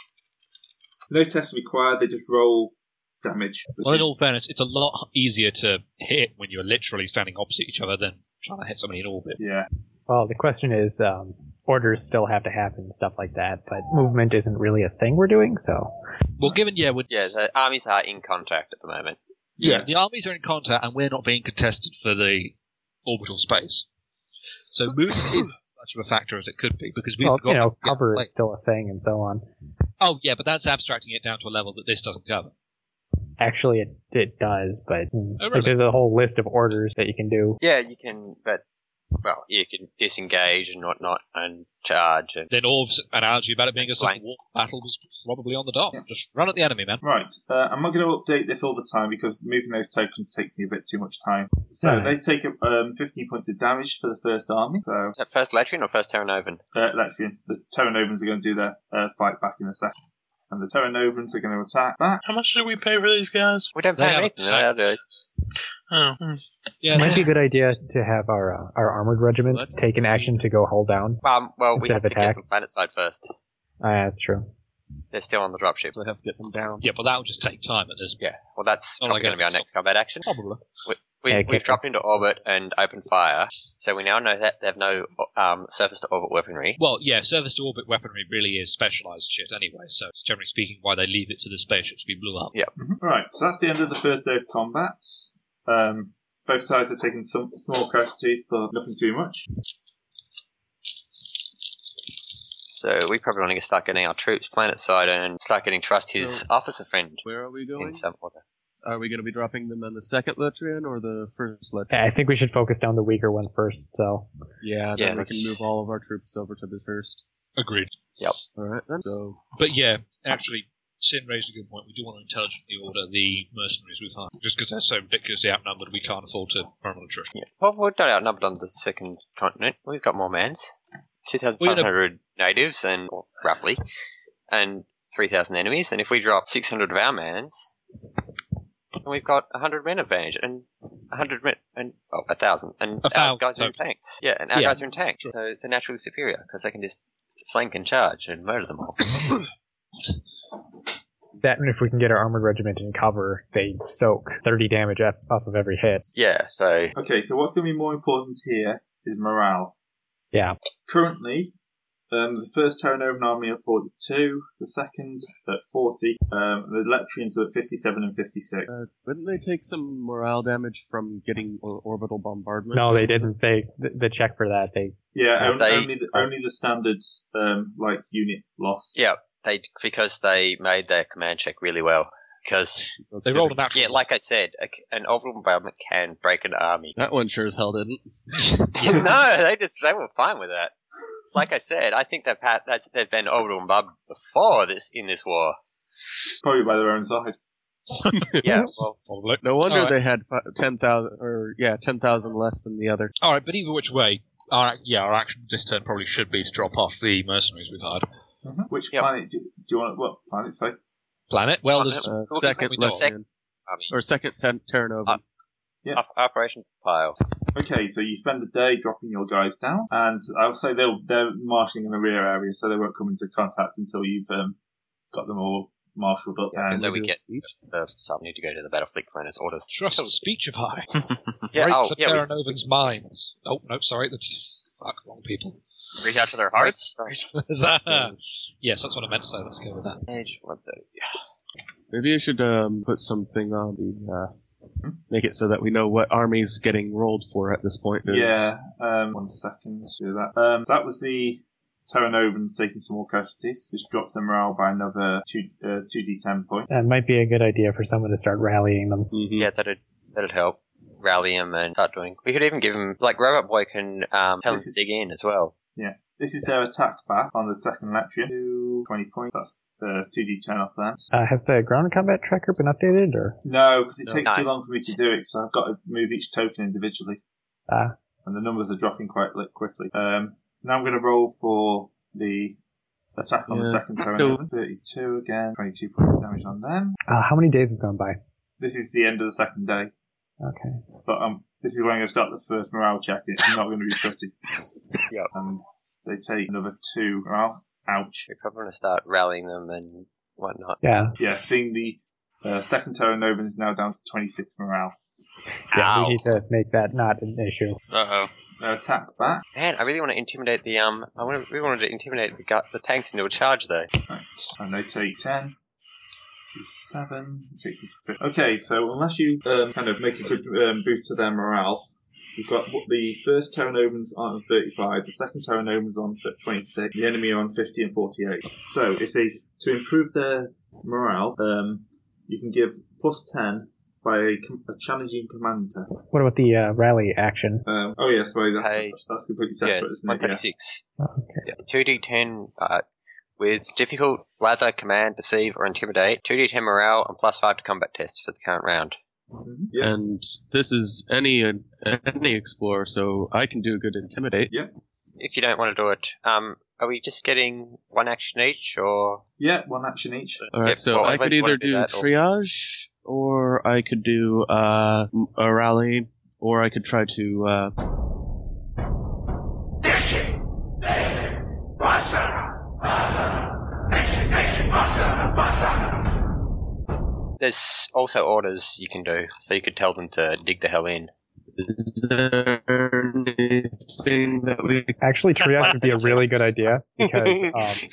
Speaker 1: no test required, they just roll damage. Which
Speaker 4: Well, in
Speaker 1: is-
Speaker 4: all fairness, it's a lot easier to hit when you're literally standing opposite each other than trying to hit somebody in orbit.
Speaker 1: Yeah.
Speaker 6: Well, the question is, um, orders still have to happen and stuff like that, but movement isn't really a thing we're doing, so
Speaker 4: Well, given, yeah, we're,
Speaker 5: Yeah, the armies are in contact at the moment.
Speaker 4: yeah, the armies are in contact and we're not being contested for the orbital space. So movement isn't as much of a factor as it could be because we've
Speaker 6: well,
Speaker 4: got
Speaker 6: you know,
Speaker 4: yeah,
Speaker 6: cover
Speaker 4: like-
Speaker 6: is still a thing and so on.
Speaker 4: oh, yeah, but that's abstracting it down to a level that this doesn't cover.
Speaker 6: Actually, it it does, but mm,
Speaker 4: Oh,
Speaker 6: like,
Speaker 4: really?
Speaker 6: there's a whole list of orders that you can do.
Speaker 5: Yeah, you can, but well, you can disengage and whatnot and charge and
Speaker 4: Then Orv's analogy about it being a civil
Speaker 5: Flank.
Speaker 4: war battle was probably on the dot.
Speaker 1: Yeah.
Speaker 4: Just run at the enemy, man.
Speaker 1: Right. Uh, I'm not going to update this all the time because moving those tokens takes me a bit too much time. So
Speaker 6: Alright.
Speaker 1: they take um, 15 points of damage for the first army. So
Speaker 5: Is that first Latrian or first Terranovan?
Speaker 1: uh, Latrian, the Terranovans are going to do their uh, fight back in a second. And the Terranovans are going to attack back.
Speaker 7: How much did we pay for these guys?
Speaker 5: We don't
Speaker 4: They
Speaker 5: pay
Speaker 4: have a
Speaker 5: anything.
Speaker 4: tank.
Speaker 5: no, there is.
Speaker 7: Oh, hmm.
Speaker 4: Yeah,
Speaker 6: Might be a good idea to have our uh, our armored regiment
Speaker 3: What?
Speaker 6: take an action to go hull down.
Speaker 5: Um, well, we
Speaker 6: Instead
Speaker 5: have
Speaker 6: of
Speaker 5: to get
Speaker 6: attack.
Speaker 5: from planet side first.
Speaker 6: Ah, that's true.
Speaker 5: They're still on the dropship.
Speaker 3: So I have to get them down.
Speaker 4: yeah, but that'll just take time at this.
Speaker 5: Yeah, well, that's
Speaker 4: Oh,
Speaker 5: probably
Speaker 4: okay.
Speaker 5: going to be our next combat action.
Speaker 4: Probably.
Speaker 5: We,
Speaker 6: Yeah,
Speaker 5: we've
Speaker 6: get
Speaker 5: dropped into orbit and opened fire, so we now know that they have no um, surface to orbit weaponry.
Speaker 4: Well, yeah, service to orbit weaponry really is specialized shit anyway, so it's generally speaking why they leave it to the spaceships we blew up.
Speaker 1: Right, so that's the end of the first day of combat. Um, both sides have taken some small casualties, but nothing too much.
Speaker 5: So we probably want to start getting our troops planet side and start getting trust his
Speaker 3: So-
Speaker 5: officer friend
Speaker 3: Where are we
Speaker 5: in
Speaker 3: going?
Speaker 5: some order.
Speaker 3: Are we going to be dropping them on the second Letrian or the first Letrian?
Speaker 6: Yeah, I think we should focus down the weaker one first. So
Speaker 3: Yeah,
Speaker 5: Yeah,
Speaker 3: then we
Speaker 5: let's-
Speaker 3: can move all of our troops over to the first.
Speaker 4: Agreed.
Speaker 3: All right, then. So
Speaker 4: But yeah, actually, Sin raised a good point. We do want to intelligently order the mercenaries we've hired, just because they're so ridiculously outnumbered we can't afford to normal attrition.
Speaker 5: Yeah. Well, we're not outnumbered on the second continent. We've got more mans.
Speaker 4: Well, you
Speaker 5: 2,500 natives, and or roughly, and 3,000 enemies. And if we drop 600 of our mans, then we've got 100 men advantage, and 100 men, and, oh, 1,000. And
Speaker 4: A
Speaker 5: our
Speaker 4: thousand,
Speaker 5: guys are in tanks. Yeah, and our
Speaker 4: Yeah.
Speaker 5: guys are in tanks.
Speaker 4: Sure.
Speaker 5: So they're naturally superior, because they can just flank and charge and murder them all.
Speaker 6: that, and if we can get our armored regiment in cover, they soak thirty damage off, off of every hit.
Speaker 5: yeah, so
Speaker 1: Okay, so what's going to be more important here is morale.
Speaker 6: Yeah.
Speaker 1: Currently, um, the first Terranovan army are at 42, the second at 40, um, the Letrians are at 57 and 56.
Speaker 3: uh, wouldn't they take some morale damage from getting or- orbital bombardment?
Speaker 6: No, they didn't. They th- the check for that. They
Speaker 1: Yeah,
Speaker 5: Have
Speaker 1: on-
Speaker 5: they-
Speaker 1: only, the, only the standard um, like unit loss.
Speaker 5: Yeah. they because they made their command check really well. Because
Speaker 4: They rolled a natural.
Speaker 5: yeah,
Speaker 4: one.
Speaker 5: like I said, a c an orbital bombardment can break an army.
Speaker 3: That one sure as hell didn't.
Speaker 5: no, they just they were fine with that. Like I said, I think they've had that's they've been orbital bombarded before this in this war.
Speaker 1: Probably by their own side.
Speaker 5: Yeah, well,
Speaker 4: probably.
Speaker 3: No wonder
Speaker 4: All right.
Speaker 3: they had fi- 10,000, or yeah, 10,000 less than the other.
Speaker 4: All right, but either which way, Our, ac- yeah, our action this turn probably should be to drop off the mercenaries we've hired.
Speaker 1: Which
Speaker 5: Yep.
Speaker 1: planet do, do you want? What planet say?
Speaker 4: Planet? Well, there's
Speaker 3: Uh,
Speaker 5: Well,
Speaker 3: second
Speaker 4: we know.
Speaker 3: left hand.
Speaker 5: I mean,
Speaker 3: Or second ten- turn over.
Speaker 5: Uh, op- Operation Pile.
Speaker 1: Okay, so you spend the day dropping your guys down, and I'll say they're they're marshalling in the rear area, so they won't come into contact until you've um, got them all marshaled up.
Speaker 5: Yeah,
Speaker 1: and
Speaker 5: so we
Speaker 3: do a
Speaker 5: get
Speaker 3: speech?
Speaker 5: the sub need to go to the battlefield commander's orders.
Speaker 4: trust
Speaker 3: Oh.
Speaker 4: speech of high.
Speaker 5: Yeah,
Speaker 4: Break
Speaker 5: oh,
Speaker 4: the
Speaker 5: yeah, we-
Speaker 4: Terra Novan's minds. Oh, no, sorry. That's, fuck, wrong people.
Speaker 8: Reach out to their
Speaker 5: Right,
Speaker 8: hearts.
Speaker 5: right.
Speaker 4: yes, that's what I meant to say. Let's go with that.
Speaker 5: Page 130.
Speaker 3: Maybe I should um, put something on the. Uh, make it so that we know what army's getting rolled for at this point. There's-
Speaker 1: yeah, um, one second. let's Do that. Um, so that was the Terra Novans taking some more casualties, which drops their morale by another two uh, two d ten point.
Speaker 6: That might be a good idea for someone to start rallying them.
Speaker 3: Mhm.
Speaker 5: Yeah, that'd that'd help. Rally him and start doing. We could even give him like Robot Boy can um, tell him
Speaker 1: This
Speaker 5: to
Speaker 1: is-
Speaker 5: dig in as well.
Speaker 1: This is their attack back on the Tekken Latrian. Two- 20 points. That's uh, 2d ten off that.
Speaker 6: Uh, has the ground combat tracker been updated, or
Speaker 1: No, because it
Speaker 5: No.
Speaker 1: takes too
Speaker 5: No.
Speaker 1: long for me to do it because I've got to move each token individually.
Speaker 6: Ah.
Speaker 1: And the numbers are dropping quite li- quickly. Um, now I'm going to roll for the attack on the
Speaker 3: Yeah.
Speaker 1: second Terran
Speaker 3: No.
Speaker 1: Oven. 32 again, 22 points of damage on them.
Speaker 6: uh, how many days have gone by?
Speaker 1: This is the end of the second day,
Speaker 6: Okay.
Speaker 1: but um, this is when I'm going to start the first morale check. It's not going to be pretty.
Speaker 5: Yep.
Speaker 1: And they take another two morale. Ouch.
Speaker 5: We're probably gonna start rallying them and whatnot.
Speaker 6: Yeah.
Speaker 1: Yeah, seeing the uh, second Terran Novin is now down to 26 morale.
Speaker 6: Yeah.
Speaker 8: Ow.
Speaker 6: We need to make that not an issue.
Speaker 8: Uh oh.
Speaker 1: Their attack back.
Speaker 5: Man, I really want to intimidate the um. I want to, really wanted to intimidate the gu- the tanks into a charge though.
Speaker 1: Right. And they take 10. which is Seven. takes me to fif- Okay, so unless you um, kind of make a good um, boost to their morale, you've got what the first Terran Omens are on 35, the second Terran Omens on fi- 26, the enemy are on 50 and 48. So if they to improve their morale, um, you can give plus 10 by a, com- a challenging commander.
Speaker 6: What about the uh, rally action?
Speaker 1: Um, oh yeah, sorry, that's
Speaker 5: Page.
Speaker 1: that's completely separate,
Speaker 5: yeah,
Speaker 1: isn't
Speaker 5: one
Speaker 1: it? Yeah.
Speaker 5: thirty six.
Speaker 6: Okay.
Speaker 5: Two D ten uh, with difficult lather, command, deceive, or intimidate. Two D ten morale and plus five to combat tests for the current round.
Speaker 1: Mhm. Yeah.
Speaker 3: And this is any uh, any explorer, so I can do a good intimidate.
Speaker 5: If you don't want to do it, um, are we just getting one action each or?
Speaker 1: yeah, one action each.
Speaker 3: All right,
Speaker 5: Yep,
Speaker 3: so
Speaker 5: well,
Speaker 3: I
Speaker 5: if
Speaker 3: could
Speaker 5: you wanna
Speaker 3: either do,
Speaker 5: that, or-
Speaker 3: triage, or I could do uh, m- a rally, or I could try to. Uh,
Speaker 5: There's also orders you can do, so you could tell them to dig the hell in.
Speaker 3: is there anything that we?
Speaker 6: Actually, triage would be a really good idea because um,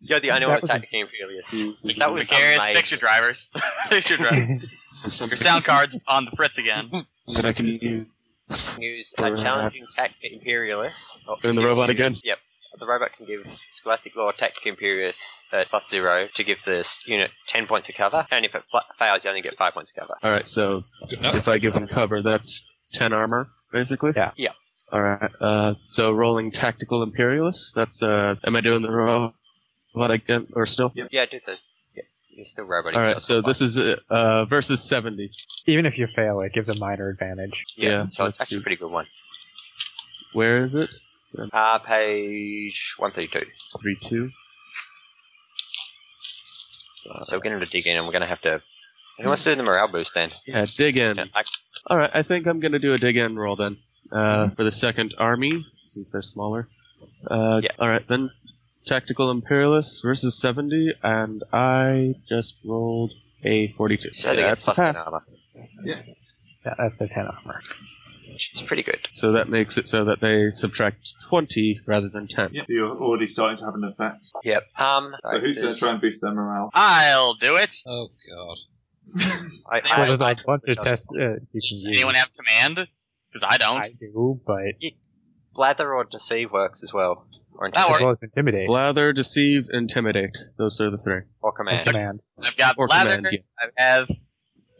Speaker 5: You're the only
Speaker 6: That
Speaker 5: one
Speaker 6: was a-
Speaker 5: attacking Aphelius. That was
Speaker 8: Macarius, fix
Speaker 5: amazing.
Speaker 8: your drivers. fix your drivers. Your
Speaker 3: Something
Speaker 8: sound card's on the fritz again.
Speaker 2: That I can use.
Speaker 5: Use a challenging tactic imperialist. Oh,
Speaker 2: And the
Speaker 5: yes,
Speaker 2: robot
Speaker 5: you-
Speaker 2: again?
Speaker 5: Yep. The robot can give Scholastic Law Tactic Imperius uh, plus zero to give this unit ten points of cover, and if it fl- fails, you only get five points of cover.
Speaker 2: All right, so
Speaker 4: Good enough.
Speaker 2: if I give him cover, that's ten armor, basically.
Speaker 6: Yeah.
Speaker 5: Yeah.
Speaker 2: All right.
Speaker 3: Uh, so rolling tactical imperialist. That's uh, am I doing the roll? What again, or still?
Speaker 5: Yeah, do the. Yeah, you're still robot.
Speaker 3: All right, so this is uh, uh, versus seventy.
Speaker 6: even if you fail, it gives a minor advantage.
Speaker 5: yeah.
Speaker 3: yeah,
Speaker 5: so it's
Speaker 3: let's
Speaker 5: actually
Speaker 3: see.
Speaker 5: a pretty good one.
Speaker 3: Where is it?
Speaker 5: Uh, page one thirty two.
Speaker 3: Three two.
Speaker 5: So we're going to dig in, and we're going to have to. Who wants to do the morale boost then?
Speaker 3: Yeah, dig in.
Speaker 5: Yeah, I,
Speaker 3: All right, I think I'm gonna do a dig in roll then uh, for the second army since they're smaller. Uh,
Speaker 5: Yeah.
Speaker 3: All right then, tactical imperialist versus seventy, and I just rolled a forty-two.
Speaker 5: so they
Speaker 3: Yeah,
Speaker 5: get
Speaker 3: that's a
Speaker 5: plus ten
Speaker 3: pass.
Speaker 5: armor.
Speaker 6: Yeah, that's a ten armor.
Speaker 5: which is pretty good.
Speaker 3: So that makes it so that they subtract uh, twenty rather than ten.
Speaker 1: Yeah, so you're already starting to have an effect.
Speaker 5: Yep. Um.
Speaker 1: So who's going to
Speaker 5: there's-
Speaker 1: try and boost their morale?
Speaker 8: I'll do it.
Speaker 4: Oh, God.
Speaker 5: I,
Speaker 8: Does
Speaker 5: I-
Speaker 8: anyone
Speaker 6: Well, there's
Speaker 8: like-
Speaker 6: a bunch of tests uh, you can
Speaker 8: Does
Speaker 6: use.
Speaker 8: anyone have command? Because I don't.
Speaker 6: I do, but
Speaker 5: blather or deceive works as well, or
Speaker 8: That
Speaker 6: as
Speaker 8: works.
Speaker 5: intimidate
Speaker 6: well as intimidate.
Speaker 3: Lather, deceive, intimidate. Those are the three.
Speaker 5: or
Speaker 6: and
Speaker 5: command.
Speaker 6: command.
Speaker 8: I've got
Speaker 3: Or
Speaker 8: lather.
Speaker 3: command, yeah.
Speaker 8: I have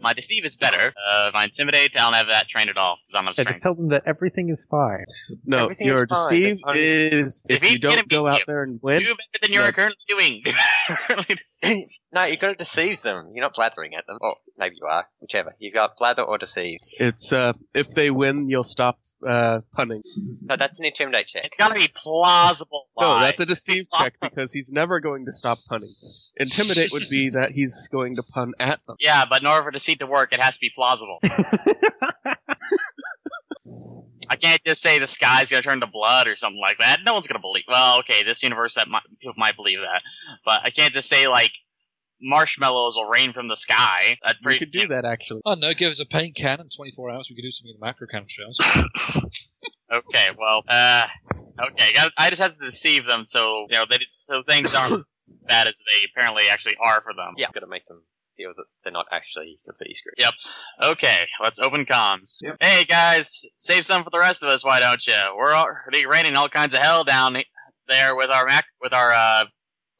Speaker 8: My deceive is better. Uh, my intimidate, I don't have that trained at all because I'm not
Speaker 6: Yeah, just
Speaker 8: strength.
Speaker 6: tell them that everything is fine.
Speaker 3: No,
Speaker 5: Everything
Speaker 3: your
Speaker 5: is fine.
Speaker 3: deceive
Speaker 5: It's un-
Speaker 3: is if
Speaker 8: Defeat's
Speaker 3: you
Speaker 8: gonna
Speaker 3: don't go
Speaker 8: beat
Speaker 3: out
Speaker 8: you.
Speaker 3: there and
Speaker 8: Do
Speaker 3: win.
Speaker 8: better than you're
Speaker 3: No.
Speaker 8: currently doing. Currently
Speaker 5: No, you've got to deceive them. You're not blathering at them. Or maybe you are. Whichever. You've got blather or deceive.
Speaker 3: It's uh, if they win, you'll stop uh, punning.
Speaker 5: No, that's an intimidate check.
Speaker 8: It's gotta be plausible
Speaker 3: No,
Speaker 8: lie.
Speaker 3: that's a deceive check because he's never going to stop punning. Intimidate would be that he's going to pun at them.
Speaker 8: yeah, but in order for deceit to work, it has to be plausible. I can't just say the sky's gonna turn to blood or something like that. No one's gonna believe. Well, okay, this universe that might, people might believe that, but I can't just say like marshmallows will rain from the sky. That
Speaker 3: We
Speaker 8: pretty,
Speaker 3: could do that actually.
Speaker 4: Oh no, give us a pain can in 24 hours. We could do something in the macro can shows.
Speaker 8: Okay, well, uh, okay, got, I just have to deceive them so you know they so things aren't bad as they apparently actually are for them.
Speaker 5: Yeah, got to make them feel that they're not actually completely screwed.
Speaker 8: Yep. Okay, let's open comms.
Speaker 1: Yep.
Speaker 8: Hey guys, save some for the rest of us, why don't you? We're already raining all kinds of hell down he- there with our mac- with our uh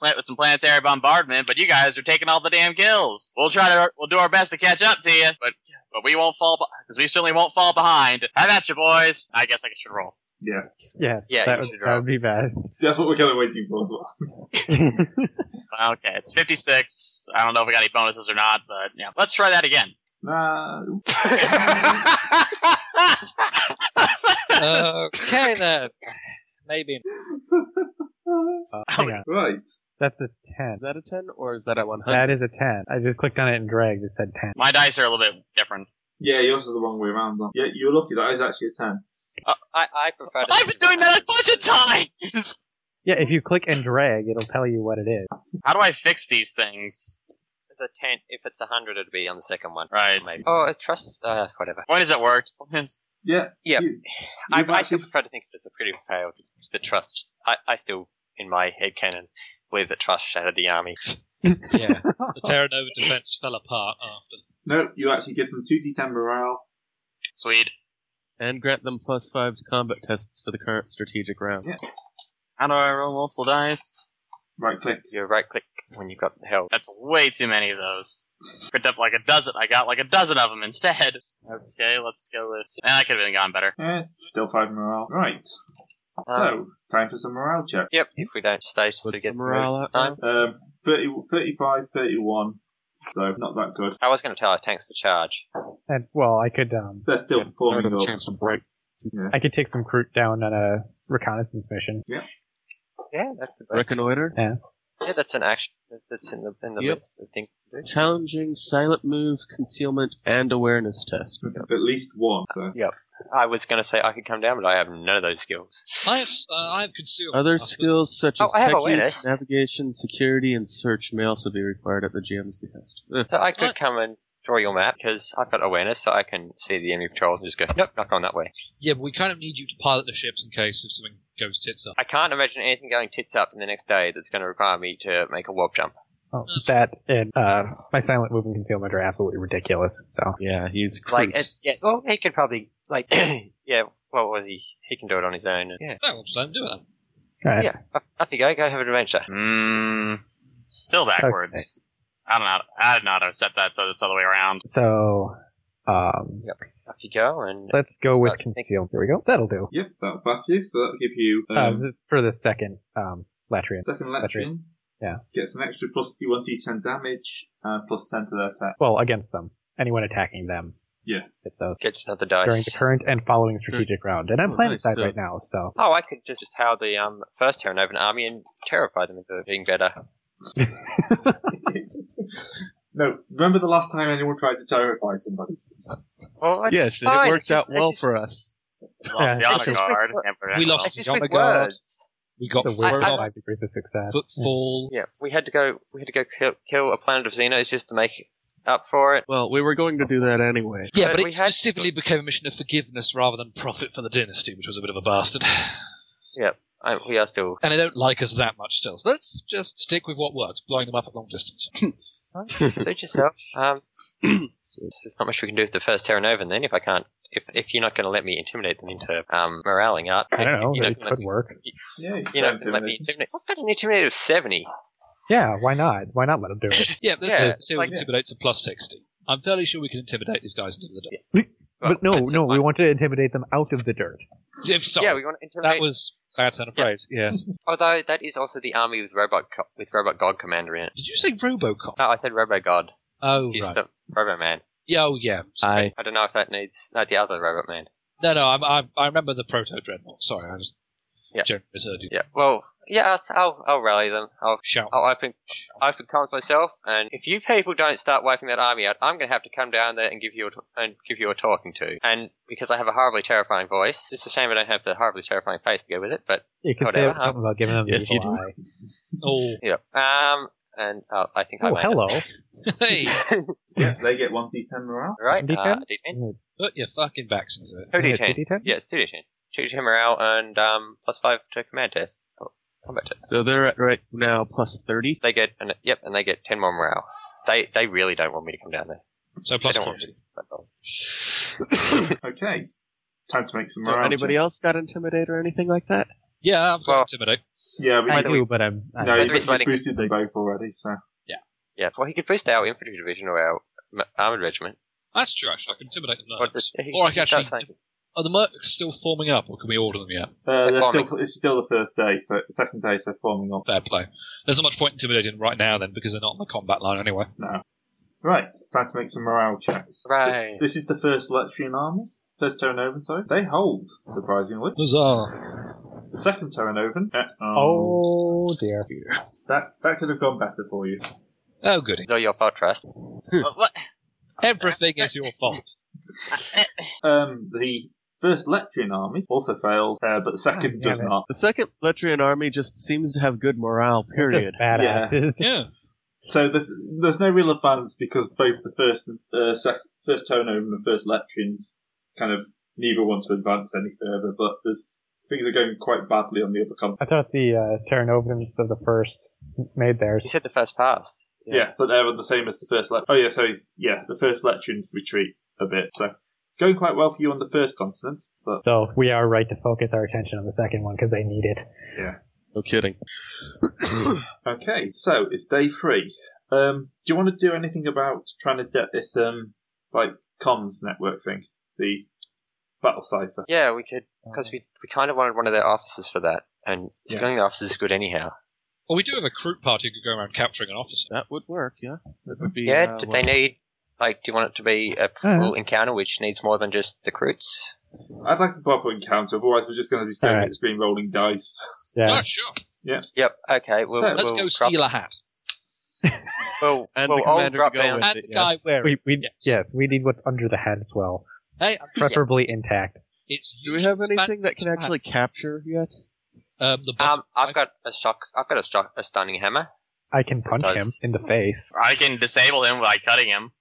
Speaker 8: plant with some planetary bombardment, but you guys are taking all the damn kills. We'll try to we'll do our best to catch up to you, but but we won't fall because we certainly won't fall behind. Have at you, boys. I guess I should roll.
Speaker 1: Yeah,
Speaker 6: Yes,
Speaker 5: Yeah,
Speaker 6: that,
Speaker 5: you
Speaker 6: would,
Speaker 5: should
Speaker 6: that would be best.
Speaker 1: that's what we're kind of waiting for as well.
Speaker 8: Okay, it's 56. I don't know if we got any bonuses or not, but yeah. Let's try that again.
Speaker 1: No,
Speaker 4: Uh, okay then. Maybe.
Speaker 6: Uh, hang on.
Speaker 1: right.
Speaker 6: That's a 10.
Speaker 3: Is that a ten or is that a one hundred?
Speaker 6: That is a 10. I just clicked on it and dragged. It said 10.
Speaker 8: My dice are a little bit different.
Speaker 1: Yeah, yours is the wrong way around. aren't you? Yeah, you're lucky. That is actually a ten.
Speaker 5: Uh, I, I prefer to
Speaker 8: I've been doing that a bunch of times!
Speaker 6: Yeah, if you click and drag, it'll tell you what it is.
Speaker 8: How do I fix these things?
Speaker 5: If it's a 10, if it's a 100, it'd be on the second one.
Speaker 8: Right.
Speaker 5: Maybe. Oh, it trusts. Uh, whatever.
Speaker 8: Point is it worked. Point is-
Speaker 1: Yeah.
Speaker 5: Yeah.
Speaker 1: You,
Speaker 5: I,
Speaker 1: you've
Speaker 5: I still
Speaker 1: actually-
Speaker 5: prefer to think that it's a pretty failed. The trust. I, I still, in my head canon, believe that trust shattered the army.
Speaker 4: Yeah. The Terra Nova defense fell apart after.
Speaker 1: no, you actually give them two d10 morale.
Speaker 8: Sweet.
Speaker 3: And grant them plus five to combat tests for the current strategic round.
Speaker 8: How do I roll multiple dice?
Speaker 1: Right click.
Speaker 5: You right click when you've got the hell.
Speaker 8: That's way too many of those. Picked up like a dozen. I got like a dozen of them instead. Okay, let's go with. And I could have been gone better.
Speaker 1: Eh, still five morale. Right. So time for some morale check.
Speaker 5: Yep. If we don't stay to
Speaker 3: What's
Speaker 5: get
Speaker 3: the morale
Speaker 5: promoted
Speaker 3: at
Speaker 5: this time.
Speaker 1: Um, 30, 35, 31. So not that good.
Speaker 5: I was going to tell our tanks to charge.
Speaker 6: And well, I could um,
Speaker 1: They're still performing up.
Speaker 2: to break.
Speaker 6: I could take some crew down on a reconnaissance mission.
Speaker 5: Yeah, that could work.
Speaker 3: Reconnoiter.
Speaker 5: Yeah, that's an action. That's in the in the
Speaker 3: Yep.
Speaker 5: list of things to do.
Speaker 3: Challenging silent move, concealment, and awareness test.
Speaker 1: At least one. So
Speaker 5: I was going to say I could come down, but I have none of those skills.
Speaker 4: I have, s- uh, I have concealed.
Speaker 3: Other
Speaker 4: nothing.
Speaker 3: skills such
Speaker 5: Oh,
Speaker 3: as
Speaker 5: I have
Speaker 3: tech
Speaker 5: awareness.
Speaker 3: use, navigation, security, and search may also be required at the GM's behest. Ugh.
Speaker 5: So I could
Speaker 4: Right.
Speaker 5: come and draw your map because I've got awareness, so I can see the enemy patrols and just go, nope, not going that way.
Speaker 4: Yeah, but we kind of need you to pilot the ships in case if something goes tits up.
Speaker 5: I can't imagine anything going tits up in the next day that's going to require me to make a warp jump.
Speaker 6: Oh, that and uh, my silent moving concealment are absolutely ridiculous. So
Speaker 3: Yeah, he's
Speaker 5: Like,
Speaker 3: crude.
Speaker 5: it's, yeah, well, he could probably like, yeah, well, well, he he can do it on his own. Yeah,
Speaker 4: No, we'll just let him do it then.
Speaker 6: all right.
Speaker 5: yeah. Up, up you go. Go have an adventure.
Speaker 8: Mmm. Still backwards. I don't know. I don't know how to set that so it's all the way around.
Speaker 6: So um,
Speaker 5: Up you go, and
Speaker 6: let's go with
Speaker 5: Starts thinking.
Speaker 6: concealment. There we go. That'll do.
Speaker 1: yep, that'll pass you. So that'll give you um,
Speaker 6: Uh, th- for the second um, Latrian.
Speaker 1: second
Speaker 6: Latrian.
Speaker 1: lecturing.
Speaker 6: Yeah.
Speaker 1: Gets an extra plus D1 D10 damage and plus 10 to their attack.
Speaker 6: Well, against them. Anyone attacking them.
Speaker 1: Yeah.
Speaker 6: It's those.
Speaker 5: gets another
Speaker 6: During the
Speaker 5: dice.
Speaker 6: current and following strategic round. And I'm
Speaker 3: Oh,
Speaker 6: playing
Speaker 3: nice.
Speaker 6: that
Speaker 3: So-
Speaker 6: right now, so.
Speaker 5: Oh, I could just, just how the um first Terran an army and terrify them into being better.
Speaker 1: no, remember the last time anyone tried to terrify somebody?
Speaker 5: Well, that's
Speaker 3: yes, and
Speaker 5: fine,
Speaker 3: it
Speaker 5: it's
Speaker 3: worked
Speaker 5: just-
Speaker 3: out
Speaker 5: it's
Speaker 3: well
Speaker 5: just-
Speaker 3: for us.
Speaker 8: Lost
Speaker 6: Yeah,
Speaker 8: the
Speaker 5: it's
Speaker 8: honor
Speaker 5: just-
Speaker 8: guard.
Speaker 4: We lost
Speaker 5: It's
Speaker 4: the
Speaker 5: just with
Speaker 4: honor guard.
Speaker 5: words.
Speaker 4: We got
Speaker 6: The
Speaker 4: thrown
Speaker 6: weird
Speaker 5: I- I-
Speaker 4: off
Speaker 6: five degrees of success.
Speaker 4: footfall.
Speaker 5: Yeah, we had to go. We had to go kill, kill a planet of Xenos just to make up for it.
Speaker 3: Well, we were going to do that anyway.
Speaker 4: Yeah,
Speaker 5: But
Speaker 4: but,
Speaker 5: we
Speaker 4: it
Speaker 5: had-
Speaker 4: specifically became a mission of forgiveness rather than profit for the dynasty, which was a bit of a bastard.
Speaker 5: I, we are still.
Speaker 4: And they don't like us that much still. So let's just stick with what works, blowing them up at long distance.
Speaker 5: Suit yourself. Um, there's not much we can do with the first Terra Nova. Then, if I can't, if if you're not going to let me intimidate them into um moraling up,
Speaker 6: I don't know.
Speaker 5: You
Speaker 6: It
Speaker 5: not
Speaker 6: could
Speaker 5: going
Speaker 6: work.
Speaker 1: Yeah, you
Speaker 5: you
Speaker 1: tried
Speaker 5: know, let me
Speaker 1: intimidation.
Speaker 5: intimidate. I've got an intimidate of seventy.
Speaker 6: Yeah, why not? Why not let them do it?
Speaker 4: yeah, let's
Speaker 5: Yeah,
Speaker 4: do it.
Speaker 5: it's
Speaker 4: See what
Speaker 5: like-
Speaker 4: intimidates a plus 60. I'm fairly sure we can intimidate these guys into the dirt.
Speaker 5: Well,
Speaker 6: but no,
Speaker 5: that's
Speaker 6: no, we
Speaker 5: advisable.
Speaker 6: want to intimidate them out of the dirt.
Speaker 4: Yeah, sorry,
Speaker 5: Yeah, we want to
Speaker 4: that
Speaker 5: intimidate.
Speaker 4: was a bad turn of phrase. Yes.
Speaker 5: Although that is also the army with robot co- with robot god commander in it.
Speaker 4: Did you say RoboCop?
Speaker 5: No, I said Robo God.
Speaker 4: oh
Speaker 5: He's
Speaker 4: right.
Speaker 5: the Robo Man.
Speaker 4: Yeah. Oh yeah. So-
Speaker 3: I
Speaker 5: I don't know if that needs no the other Robot Man.
Speaker 4: no, no. I, I I remember the proto dreadnought. Sorry, I just
Speaker 5: Yeah.
Speaker 4: generally misheard you.
Speaker 5: Yeah. Oh. Well, yeah, I'll- I'll I'll rally them. I'll
Speaker 4: Shout.
Speaker 5: I'll open open comms myself, and if you people don't start wiping that army out, I'm going to have to come down there and give you a t- and give you a talking to. And because I have a horribly terrifying voice, it's a shame I don't have the horribly terrifying face to go with it. But
Speaker 6: You can
Speaker 5: Whatever.
Speaker 6: say something about giving them the
Speaker 3: Yes, you
Speaker 6: evil
Speaker 3: do.
Speaker 6: eye.
Speaker 4: Oh,
Speaker 5: yeah. Um. And uh, I think I
Speaker 6: Oh,
Speaker 5: made
Speaker 6: hello.
Speaker 4: hey,
Speaker 1: Yeah, they get one d10 morale.
Speaker 5: it. Right.
Speaker 6: D10?
Speaker 5: Uh, Oh, D10.
Speaker 4: put your fucking backs into it.
Speaker 5: Two
Speaker 6: Yeah,
Speaker 5: D10.
Speaker 6: 2d10?
Speaker 5: Yeah, it's two D10. Two D10 morale and um plus five to command test. Oh, combat test.
Speaker 3: so they're at right now plus thirty.
Speaker 5: They get an, yep, and they get ten more morale. They they really don't want me to come down there. um,
Speaker 4: So plus
Speaker 5: they don't want
Speaker 4: forty.
Speaker 5: me. to.
Speaker 1: Okay, time to make some
Speaker 3: So
Speaker 1: morale.
Speaker 3: anybody
Speaker 1: checks.
Speaker 3: else got intimidate or anything like that?
Speaker 4: Yeah, I've got
Speaker 5: Well-
Speaker 4: intimidate.
Speaker 1: Yeah,
Speaker 6: I
Speaker 1: but you,
Speaker 6: do, but I'm. I'm
Speaker 1: no,
Speaker 5: But
Speaker 1: you
Speaker 5: it's
Speaker 1: boosted,
Speaker 5: letting-
Speaker 1: boosted them both already. So uh,
Speaker 5: Yeah, well, he could boost our infantry division or our m- armored regiment.
Speaker 4: That's true. Actually, I can intimidate the
Speaker 5: But
Speaker 4: mercs,
Speaker 5: he-
Speaker 4: Uh, or I
Speaker 5: he
Speaker 4: can actually.
Speaker 5: starts saying-
Speaker 4: Are the mercs still forming up, or can we order them yet?
Speaker 1: uh, they're
Speaker 5: Farming.
Speaker 1: still, it's still the first day, so second day, so forming up.
Speaker 4: Fair play. There's not much point intimidating right now then, because they're not on the combat line anyway.
Speaker 1: Right, time to make some morale checks.
Speaker 5: Right.
Speaker 1: So this is the first Latvian army. First Terranovan, sorry. They hold, surprisingly.
Speaker 4: Huzzah!
Speaker 1: The second Terranovan. Uh, oh.
Speaker 6: Oh dear.
Speaker 1: That, that could have gone better for you.
Speaker 4: Oh goody.
Speaker 5: It's all your fault, Trust.
Speaker 8: But what-
Speaker 4: Everything is your fault.
Speaker 1: Um, the first Latvian army also failed, uh, but the second
Speaker 6: God
Speaker 1: does
Speaker 6: Oh, damn it.
Speaker 1: not.
Speaker 3: The second Letrian army just seems to have good morale. Period.
Speaker 6: Just badasses.
Speaker 4: Yeah.
Speaker 1: So there's, there's no real advance because both the first and uh, sec- first Terranovan and first Latvians kind of neither want to advance any further, but there's things are going quite badly on the other
Speaker 6: I
Speaker 1: continents.
Speaker 6: thought the uh, Terranovans of the first made theirs.
Speaker 5: You said the first past.
Speaker 1: Yeah. but they're the same as the first. Le- oh yeah, so yeah, the first Lecturans retreat a bit. So it's going quite well for you on the first continent, but
Speaker 6: So we are right to focus our attention on the second one because they need it.
Speaker 3: No kidding.
Speaker 1: okay. So it's day three. Um, do you want to do anything about trying to get this um like comms network thing, the battle cipher?
Speaker 5: Yeah, we could because we, we kind of wanted one of their officers for that, and
Speaker 1: Yeah.
Speaker 5: stealing the officers is good anyhow.
Speaker 4: Well, we do have a crew party who could go around capturing an officer.
Speaker 3: That would work. Yeah. That would be.
Speaker 5: Yeah,
Speaker 3: uh,
Speaker 5: did
Speaker 3: what-
Speaker 5: they need like? Do you want it to be a full
Speaker 6: Alright.
Speaker 5: encounter, which needs more than just the recruits?
Speaker 1: I'd like a proper encounter. Otherwise, we're just going to be staring
Speaker 6: Alright.
Speaker 1: at the screen rolling dice.
Speaker 6: Yeah.
Speaker 4: Oh, sure.
Speaker 5: Yep. Okay. We'll,
Speaker 1: So-
Speaker 5: we'll
Speaker 4: Let's go
Speaker 5: drop-
Speaker 4: steal a hat.
Speaker 5: We'll,
Speaker 3: And
Speaker 5: we'll
Speaker 3: the
Speaker 5: all
Speaker 3: commander to
Speaker 5: drop
Speaker 3: go
Speaker 5: down.
Speaker 3: with
Speaker 4: And
Speaker 3: it.
Speaker 4: the guy
Speaker 3: yes.
Speaker 4: wearing.
Speaker 6: We, we,
Speaker 4: Yes.
Speaker 6: yes. we need what's under the hat as well,
Speaker 4: Hey,
Speaker 6: preferably intact.
Speaker 4: it's
Speaker 3: Do we have anything that can actually capture yet?
Speaker 4: Um, the bottom.
Speaker 5: Um, I've got a shock. I've got a shock, a stunning hammer.
Speaker 6: I can punch
Speaker 5: does.
Speaker 6: him in the face.
Speaker 8: I can disable him by cutting him.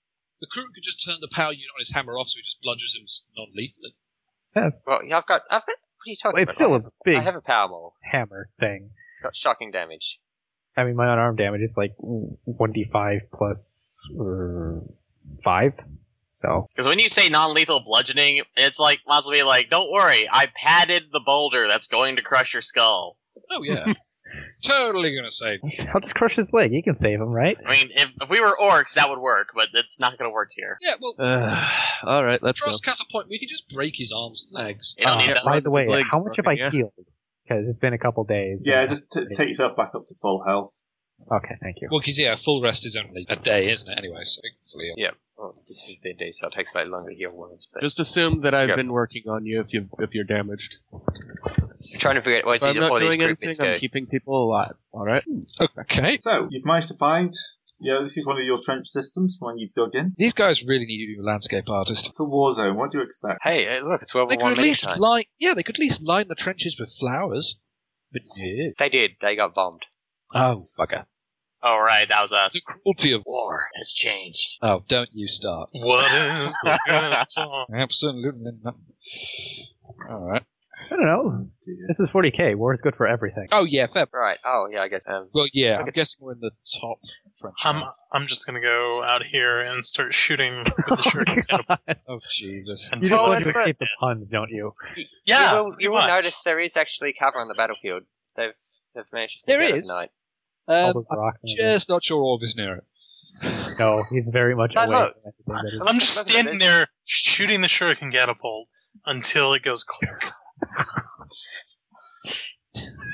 Speaker 4: the crew could just turn the power unit on his hammer off, so he just bludgeons him non-lethally.
Speaker 5: Well, yeah, I've got. I've got. What are you talking
Speaker 6: Well, It's
Speaker 5: about?
Speaker 6: still a big
Speaker 5: I have a power mole.
Speaker 6: hammer thing.
Speaker 5: It's got shocking damage.
Speaker 6: I mean, my unarmed damage is like 1d5 plus uh, 5. So,
Speaker 8: Because when you say non-lethal bludgeoning, it's like might as well be like, "Don't worry, I padded the boulder that's going to crush your skull."
Speaker 4: Oh yeah, totally gonna save.
Speaker 6: I'll just crush his leg. You can save him, right?
Speaker 8: I mean, if, if we were orcs, that would work, but it's not going to work here.
Speaker 4: Yeah, well,
Speaker 3: Uh, all right. Let's go.
Speaker 4: Trust has a point. We can just break his arms and legs.
Speaker 8: You don't
Speaker 6: Uh,
Speaker 8: need
Speaker 3: that
Speaker 6: by
Speaker 3: much
Speaker 8: that.
Speaker 6: the
Speaker 3: if
Speaker 6: way,
Speaker 3: his leg's
Speaker 6: how much have I
Speaker 3: broken, yeah.
Speaker 6: healed? Because it's been a couple days.
Speaker 1: yeah,
Speaker 6: and-
Speaker 1: just t- take yourself back up to full health.
Speaker 6: Okay, thank you.
Speaker 4: Well, because yeah, full rest is only a day, isn't it? Anyway, so hopefully,
Speaker 5: Yeah. Well, this is their day, so it takes slightly longer to heal wounds. But
Speaker 3: Just assume that I've
Speaker 5: Yeah.
Speaker 3: been working on you if you if you're damaged.
Speaker 5: I'm trying to figure out what
Speaker 3: If I'm
Speaker 5: these are
Speaker 3: not
Speaker 5: all these
Speaker 3: doing
Speaker 5: group
Speaker 3: anything,
Speaker 5: bits
Speaker 3: I'm
Speaker 5: go.
Speaker 3: keeping people alive. All right.
Speaker 4: okay.
Speaker 1: So you've managed to find. Yeah, this is one of your trench systems. One you've dug in.
Speaker 4: These guys really need you, landscape artist.
Speaker 1: It's a war zone. What do you expect?
Speaker 5: Hey, hey, look, it's World
Speaker 4: They
Speaker 5: War
Speaker 4: could
Speaker 5: One
Speaker 4: at
Speaker 5: many
Speaker 4: least
Speaker 5: times.
Speaker 4: line, yeah, they could at least line the trenches with flowers. But no.
Speaker 5: They did. They got bombed.
Speaker 4: Oh, bugger.
Speaker 8: Oh right, that was
Speaker 4: The
Speaker 8: us.
Speaker 4: cruelty of
Speaker 8: War has changed.
Speaker 4: oh, don't you start.
Speaker 7: What is the good song?
Speaker 4: Absolutely not. All right.
Speaker 6: I don't know. This is 40k. War is good for everything.
Speaker 4: Oh yeah, fair.
Speaker 5: Right. Oh yeah, I guess. Um,
Speaker 4: Well, yeah. I'm
Speaker 5: Okay.
Speaker 4: guessing we're in the top trench.
Speaker 7: I'm I'm just gonna go out here and start shooting with the shuriken
Speaker 6: God.
Speaker 4: oh Jesus.
Speaker 6: You just
Speaker 8: Well,
Speaker 6: want to
Speaker 8: at
Speaker 6: escape
Speaker 8: first-
Speaker 6: the puns, don't you?
Speaker 8: Yeah,
Speaker 5: you will,
Speaker 8: pretty
Speaker 5: you will
Speaker 8: much.
Speaker 5: notice there is actually cover on the battlefield. They've they've managed to
Speaker 4: There
Speaker 5: stay out at
Speaker 4: is.
Speaker 5: night.
Speaker 6: All
Speaker 4: Um,
Speaker 6: those rocks and everything.
Speaker 4: just not sure Orv is near it.
Speaker 6: No, he's very much
Speaker 5: I
Speaker 6: away.
Speaker 5: know.
Speaker 6: from everything that is-
Speaker 7: I'm just standing there shooting the shuriken catapult until it goes clear.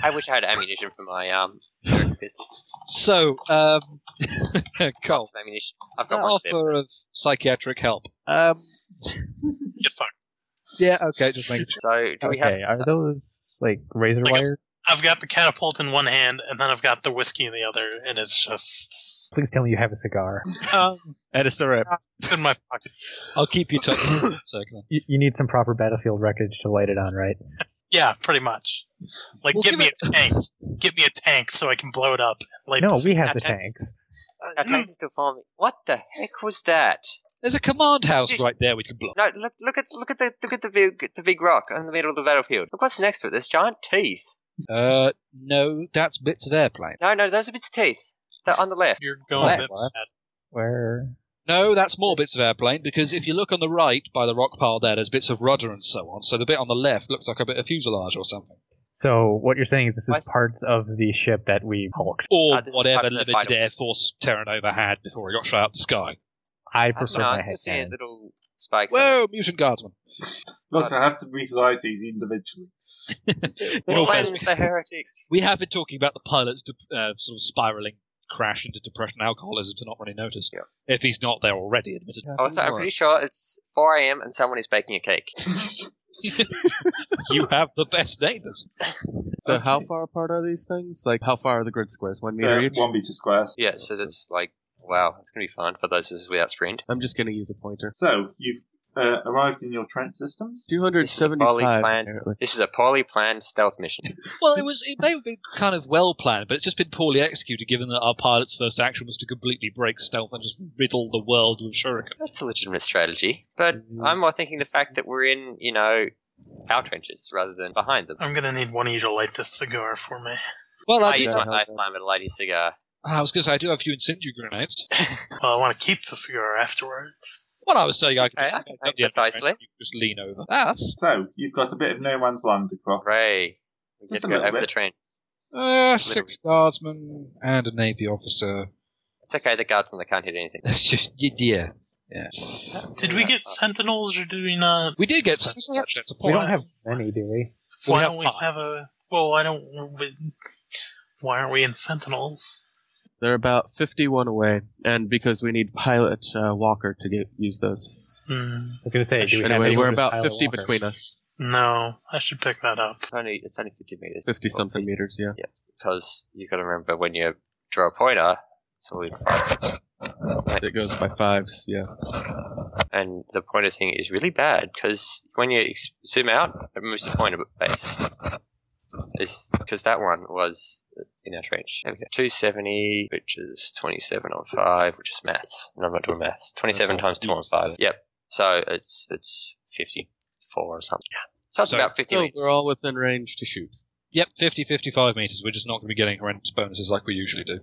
Speaker 5: I wish I had ammunition for my um Derek pistol.
Speaker 4: So, um, Cole,
Speaker 5: Lots of ammunition. I've
Speaker 4: that
Speaker 5: got one spare.
Speaker 4: offer of psychiatric help. Um,
Speaker 7: Get fucked.
Speaker 4: yeah, okay, just making sure.
Speaker 5: So do we have?
Speaker 6: Okay, are those like razor
Speaker 7: Like a-
Speaker 6: wire?
Speaker 7: I've got the catapult in one hand, and then I've got the whiskey in the other, and it's just
Speaker 6: Please tell me you have a cigar.
Speaker 7: um,
Speaker 3: Edison Rip.
Speaker 7: it's in my pocket.
Speaker 4: I'll keep you talking. so, come on.
Speaker 6: You, you need some proper battlefield wreckage to light it on, right?
Speaker 7: Yeah, pretty much. Like,
Speaker 4: Well,
Speaker 7: get
Speaker 4: give
Speaker 7: me
Speaker 4: it-
Speaker 7: a tank. Get me a tank so I can blow it up. and light
Speaker 6: No,
Speaker 7: this-
Speaker 6: we have the
Speaker 5: that's-
Speaker 6: tanks.
Speaker 5: Our tanks are still farming. What the heck was that?
Speaker 4: There's a command house
Speaker 5: Seriously.
Speaker 4: right there we can blow.
Speaker 5: No, look, look at, look at the, look at the big, the big rock in the middle of the battlefield. Look what's next to it. There's giant teeth.
Speaker 4: Uh, no, that's bits of airplane.
Speaker 5: No, no, those are bits of teeth. They're on the left.
Speaker 7: You're going a bit
Speaker 4: What?
Speaker 7: mad.
Speaker 6: Where?
Speaker 4: No, that's more bits of airplane because if you look on the right by the rock pile there, there's bits of rudder and so on. So the bit on the left looks like a bit of fuselage or something,
Speaker 6: So what you're saying is this
Speaker 5: Why-
Speaker 6: is parts of the ship that we hulked.
Speaker 4: or
Speaker 5: Ah, this is part
Speaker 4: whatever
Speaker 5: of the
Speaker 4: limited
Speaker 5: fighter.
Speaker 4: air force Terranova had before it got shot out the sky.
Speaker 6: I
Speaker 5: I don't
Speaker 6: prefer
Speaker 5: know. I'm
Speaker 6: my
Speaker 5: still seeing
Speaker 6: head.
Speaker 5: little spikes. on it.
Speaker 4: Whoa, mutant guardsman!
Speaker 1: Look, I have to visualize these individually.
Speaker 4: In all fairness,
Speaker 5: Cleanse the heretic.
Speaker 4: we have been talking about the pilot's de- uh, sort of spiraling crash into depression, and alcoholism to not really notice.
Speaker 5: Yeah.
Speaker 4: If he's not there already, admitted.
Speaker 5: Also, I'm pretty sure it's 4 a.m. and someone is baking a cake.
Speaker 4: you have the best neighbors.
Speaker 3: So how far apart are these things? Like how far are the grid squares? One meter
Speaker 1: Uh,
Speaker 3: each.
Speaker 1: one meter squares.
Speaker 5: Yeah, so that's like, wow, that's gonna be fun for those of us without sprint.
Speaker 3: I'm just gonna use a pointer.
Speaker 1: So you've uh, arrived in your trench systems.
Speaker 3: Two hundred
Speaker 5: This is a poorly
Speaker 3: seventy-five.
Speaker 5: planned.
Speaker 3: Apparently.
Speaker 5: This is a poorly planned stealth mission.
Speaker 4: Well, it was. It may have been kind of well planned, but it's just been poorly executed. Given that our pilot's first action was to completely break stealth and just riddle the world with shuriken.
Speaker 5: That's a legitimate strategy, but
Speaker 3: Mm.
Speaker 5: I'm more thinking the fact that we're in, you know, our trenches rather than behind them.
Speaker 7: I'm gonna need one of you to light this cigar for me.
Speaker 4: Well, I,
Speaker 5: I
Speaker 4: do,
Speaker 5: use
Speaker 3: don't
Speaker 5: my
Speaker 3: know
Speaker 5: life
Speaker 3: that.
Speaker 5: lime and light his cigar.
Speaker 4: I was going to say I do have a few incendiary grenades.
Speaker 7: Well, I want to keep the cigar afterwards.
Speaker 4: Well, I was saying I could
Speaker 5: Okay,
Speaker 4: just,
Speaker 5: I
Speaker 4: it's
Speaker 5: can
Speaker 4: up
Speaker 5: take
Speaker 4: the end of the
Speaker 5: precisely.
Speaker 4: trench, you could just lean over. Ah, that's
Speaker 1: So you've got a bit of no man's land across.
Speaker 5: Ray, we
Speaker 1: Just
Speaker 5: get
Speaker 1: a
Speaker 5: to go
Speaker 1: little
Speaker 5: over
Speaker 1: bit.
Speaker 5: the train.
Speaker 4: uh, six guardsmen and a navy officer.
Speaker 5: It's okay, the guards from the can't hit anything.
Speaker 4: That's just y- yeah, yeah.
Speaker 7: Did we get sentinels or did we not?
Speaker 4: We did get some. actually, That's a
Speaker 6: We
Speaker 4: point.
Speaker 6: don't have many, do we?
Speaker 4: We
Speaker 7: Why
Speaker 4: have
Speaker 7: don't we
Speaker 4: five.
Speaker 7: have a? Well, why don't we? Why aren't we in sentinels?
Speaker 3: They're about fifty-one away, and because we need pilot uh, Walker to get, use those.
Speaker 7: Hmm,
Speaker 6: I was gonna say, do we have
Speaker 3: anyway,
Speaker 6: anyone
Speaker 3: we're
Speaker 6: with
Speaker 3: about
Speaker 6: Kyle
Speaker 3: fifty
Speaker 6: Walker?
Speaker 3: between us.
Speaker 7: no, I should pick that up.
Speaker 5: It's only it's only 50 meters.
Speaker 3: Fifty something meters. Yeah.
Speaker 5: Because you got to remember when you draw a pointer, it's all in fives.
Speaker 3: It goes by fives. Yeah.
Speaker 5: And the pointer thing is really bad because when you ex- zoom out, it moves the pointer base. Because that one was in our trench. There we go. 270, which is 27 on 5, which is maths. And I'm not doing maths. 27
Speaker 3: That's
Speaker 5: times 2 on
Speaker 3: deep
Speaker 5: 5.
Speaker 3: set.
Speaker 5: Yep. So it's it's 54 or something. So it's
Speaker 4: So-
Speaker 5: about 50
Speaker 3: So
Speaker 5: meters.
Speaker 3: we're all within range to shoot.
Speaker 4: Yep, 50, 55 meters. We're just not going to be getting horrendous bonuses like we usually do.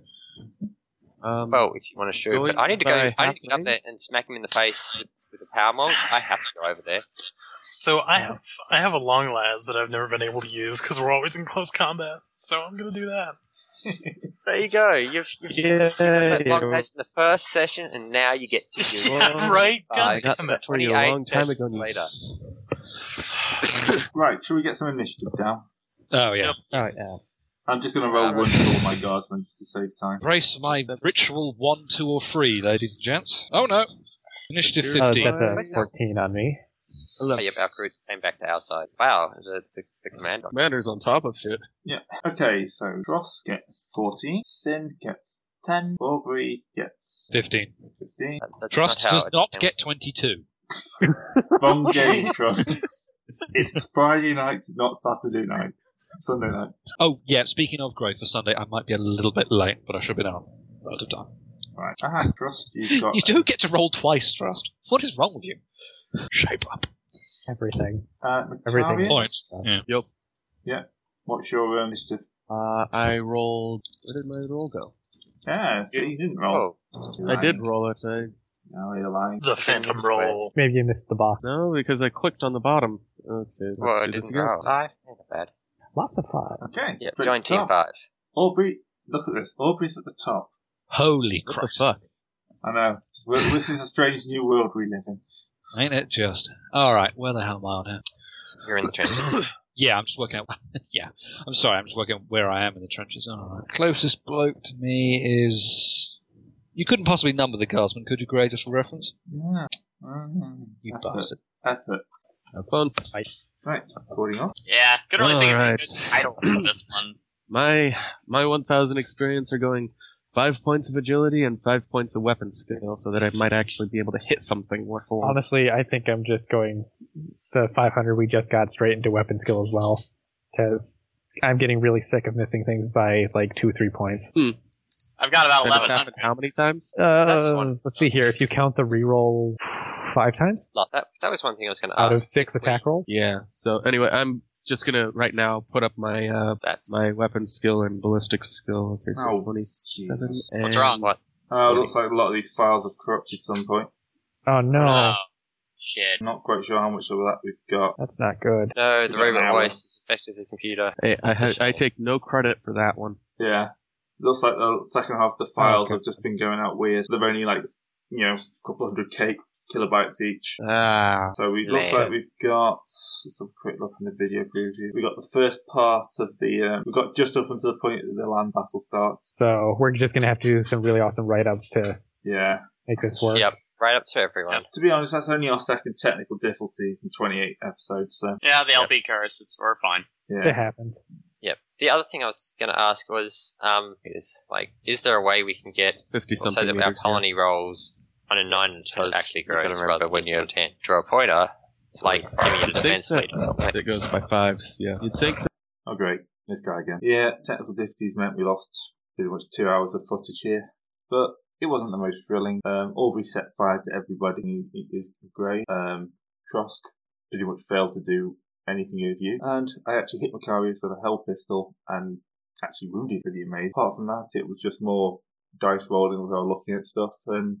Speaker 3: Um,
Speaker 5: Well, if you want to shoot,
Speaker 3: Going
Speaker 5: but I need to go.
Speaker 3: by
Speaker 5: I need to get
Speaker 3: half
Speaker 5: up there
Speaker 3: lanes?
Speaker 5: and smack him in the face with, with a power mold. I have to go over there.
Speaker 7: So I have I have a long las that I've never been able to use because we're always in close combat. So I'm gonna do that.
Speaker 5: There you go. You've, you've
Speaker 3: yeah.
Speaker 5: had long days in the first session, and now you get to use
Speaker 3: Yeah,
Speaker 5: it.
Speaker 7: right?
Speaker 5: Five,
Speaker 7: God damn it.
Speaker 3: for you a
Speaker 5: 28
Speaker 3: long time ago,
Speaker 5: sessions
Speaker 3: you-
Speaker 5: Later.
Speaker 1: Right, shall we get some initiative down?
Speaker 4: Oh, yeah.
Speaker 6: Oh yeah.
Speaker 1: I'm just going to roll one for all my guardsmen just to save time.
Speaker 4: Brace my ritual one, two, or three, ladies and gents. Oh, no. Initiative
Speaker 6: Oh,
Speaker 4: 15.
Speaker 6: that's a fourteen on me.
Speaker 5: Oh, yep, our crew came back to our side. Wow, the, the, the commander.
Speaker 3: Commander's on top of shit.
Speaker 1: Okay, so Dross gets 14, Sin gets 10, Aubrey gets
Speaker 4: 15.
Speaker 1: 15.
Speaker 5: That- that's
Speaker 4: Trust
Speaker 5: not how
Speaker 4: does
Speaker 5: it
Speaker 4: not
Speaker 5: came.
Speaker 4: get 22.
Speaker 1: Wrong game, Trust. it's Friday night, not Saturday night. Sunday night.
Speaker 4: Oh, yeah, speaking of Grey, for Sunday, I might be a little bit late, but I should be down. Relative time.
Speaker 1: Right. Ah, Trust, you've got.
Speaker 4: You don't get to roll twice, Trust. What is wrong with you? Shape up.
Speaker 6: Everything.
Speaker 1: Uh,
Speaker 6: Everything.
Speaker 1: Macarius,
Speaker 4: Point. Yeah.
Speaker 3: Yep.
Speaker 1: What's your um, initiative?
Speaker 3: Uh, I rolled. Where did my roll go?
Speaker 1: Yeah, so you didn't roll.
Speaker 5: Oh,
Speaker 1: You
Speaker 3: I did
Speaker 1: lied.
Speaker 3: roll it. I
Speaker 1: No, you're lying.
Speaker 7: The phantom roll.
Speaker 6: Maybe you missed the box.
Speaker 3: no, because I clicked on the bottom. Okay, let's
Speaker 5: well, it
Speaker 3: do this
Speaker 5: didn't
Speaker 3: again.
Speaker 5: roll. Five? Not bad.
Speaker 6: Lots of five.
Speaker 1: Okay.
Speaker 5: Yep,
Speaker 1: but
Speaker 5: join team
Speaker 1: top.
Speaker 5: five.
Speaker 1: Aubrey, look at this. Aubrey's at the top.
Speaker 4: Holy
Speaker 3: What the
Speaker 4: Christ.
Speaker 3: fuck?
Speaker 1: I know. Well, this is a strange new world we live in.
Speaker 4: Ain't it just? All right, where the hell am I on here?
Speaker 5: You're in the trenches.
Speaker 4: Yeah, I'm just working out. yeah, I'm sorry, I'm just working out where I am in the trenches. All right. Closest bloke to me is. You couldn't possibly number the guardsman, could you, Gray, just for reference?
Speaker 1: Yeah. Mm,
Speaker 4: You
Speaker 1: effort.
Speaker 4: bastard.
Speaker 1: Effort.
Speaker 3: Have fun.
Speaker 1: Right, recording off.
Speaker 8: Yeah, could really think of a
Speaker 3: Alright.
Speaker 8: good title for this one.
Speaker 3: My my 1,000 experience are going five points of agility and five points of weapon skill, so that I might actually be able to hit something for once.
Speaker 6: Honestly, I think I'm just going the 500 we just got straight into weapon skill as well, because I'm getting really sick of missing things by like two, three points.
Speaker 8: I've got about
Speaker 3: And it's
Speaker 8: eleven
Speaker 3: happened
Speaker 8: hundred.
Speaker 3: how many times?
Speaker 5: That's
Speaker 6: Uh,
Speaker 5: one.
Speaker 6: let's see here. If you count the rerolls five times
Speaker 5: Lot- That, that was one thing I was going to ask.
Speaker 6: out of six
Speaker 5: If we-
Speaker 6: attack rolls,
Speaker 3: Yeah. So anyway, I'm just gonna right now put up my uh,
Speaker 5: That's
Speaker 3: my weapon skill and ballistic skill. Okay, so
Speaker 1: Oh,
Speaker 3: 27.
Speaker 1: Jesus.
Speaker 3: And
Speaker 8: What's wrong?
Speaker 5: what?
Speaker 1: Oh, looks like a lot of these files have corrupted at some point.
Speaker 6: oh no,
Speaker 8: Oh, shit.
Speaker 1: I'm not quite sure how much of that we've got.
Speaker 6: that's not good.
Speaker 5: No, Oh, the
Speaker 1: We've got an
Speaker 5: robot
Speaker 1: hour.
Speaker 5: voice is affected the computer.
Speaker 3: Hey, I, ha- I take no credit for that one.
Speaker 1: Yeah. Looks like the second half of the files
Speaker 6: Okay.
Speaker 1: have just been going out weird. They've only like, you know, a couple hundred K kilobytes each.
Speaker 3: Ah.
Speaker 1: So we looks
Speaker 5: Man.
Speaker 1: like we've got. Let's have a quick look in the video preview. We got the first part of the. Um, we got just up until the point that the land battle starts.
Speaker 6: So we're just gonna have to do some really awesome write-ups to
Speaker 1: Yeah.
Speaker 6: make this work.
Speaker 5: Yep, right up to everyone.
Speaker 1: To be honest, that's only our second technical difficulties in 28 episodes. So
Speaker 8: Yeah, the LP curse. It's we're fine.
Speaker 6: It
Speaker 1: yeah,
Speaker 6: happens.
Speaker 5: Yep. The other thing I was going to ask was, um, is like, is there a way we can get
Speaker 3: 50
Speaker 8: Oh,
Speaker 5: so
Speaker 3: something.
Speaker 5: that our
Speaker 3: meters, yeah.
Speaker 5: colony rolls on a nine until it
Speaker 9: Because
Speaker 5: actually
Speaker 9: you've gotta
Speaker 5: grows
Speaker 9: remember
Speaker 5: rather
Speaker 9: when
Speaker 5: when
Speaker 9: you're-
Speaker 5: you're ten? Draw a pointer, it's like giving you
Speaker 3: You'd think
Speaker 5: defense
Speaker 3: that-
Speaker 5: lead or something.
Speaker 3: It goes by fives. Yeah. You'd think that
Speaker 1: Oh, great. This guy again. Yeah, technical difficulties meant we lost pretty much two hours of footage here. But it wasn't the most thrilling. Um, Aubrey set fire to everybody. It is great. Um, Trosk pretty much failed to do anything of you. And I actually hit Macarius with a hell pistol and actually wounded the mate. Apart from that, it was just more dice rolling without looking at stuff and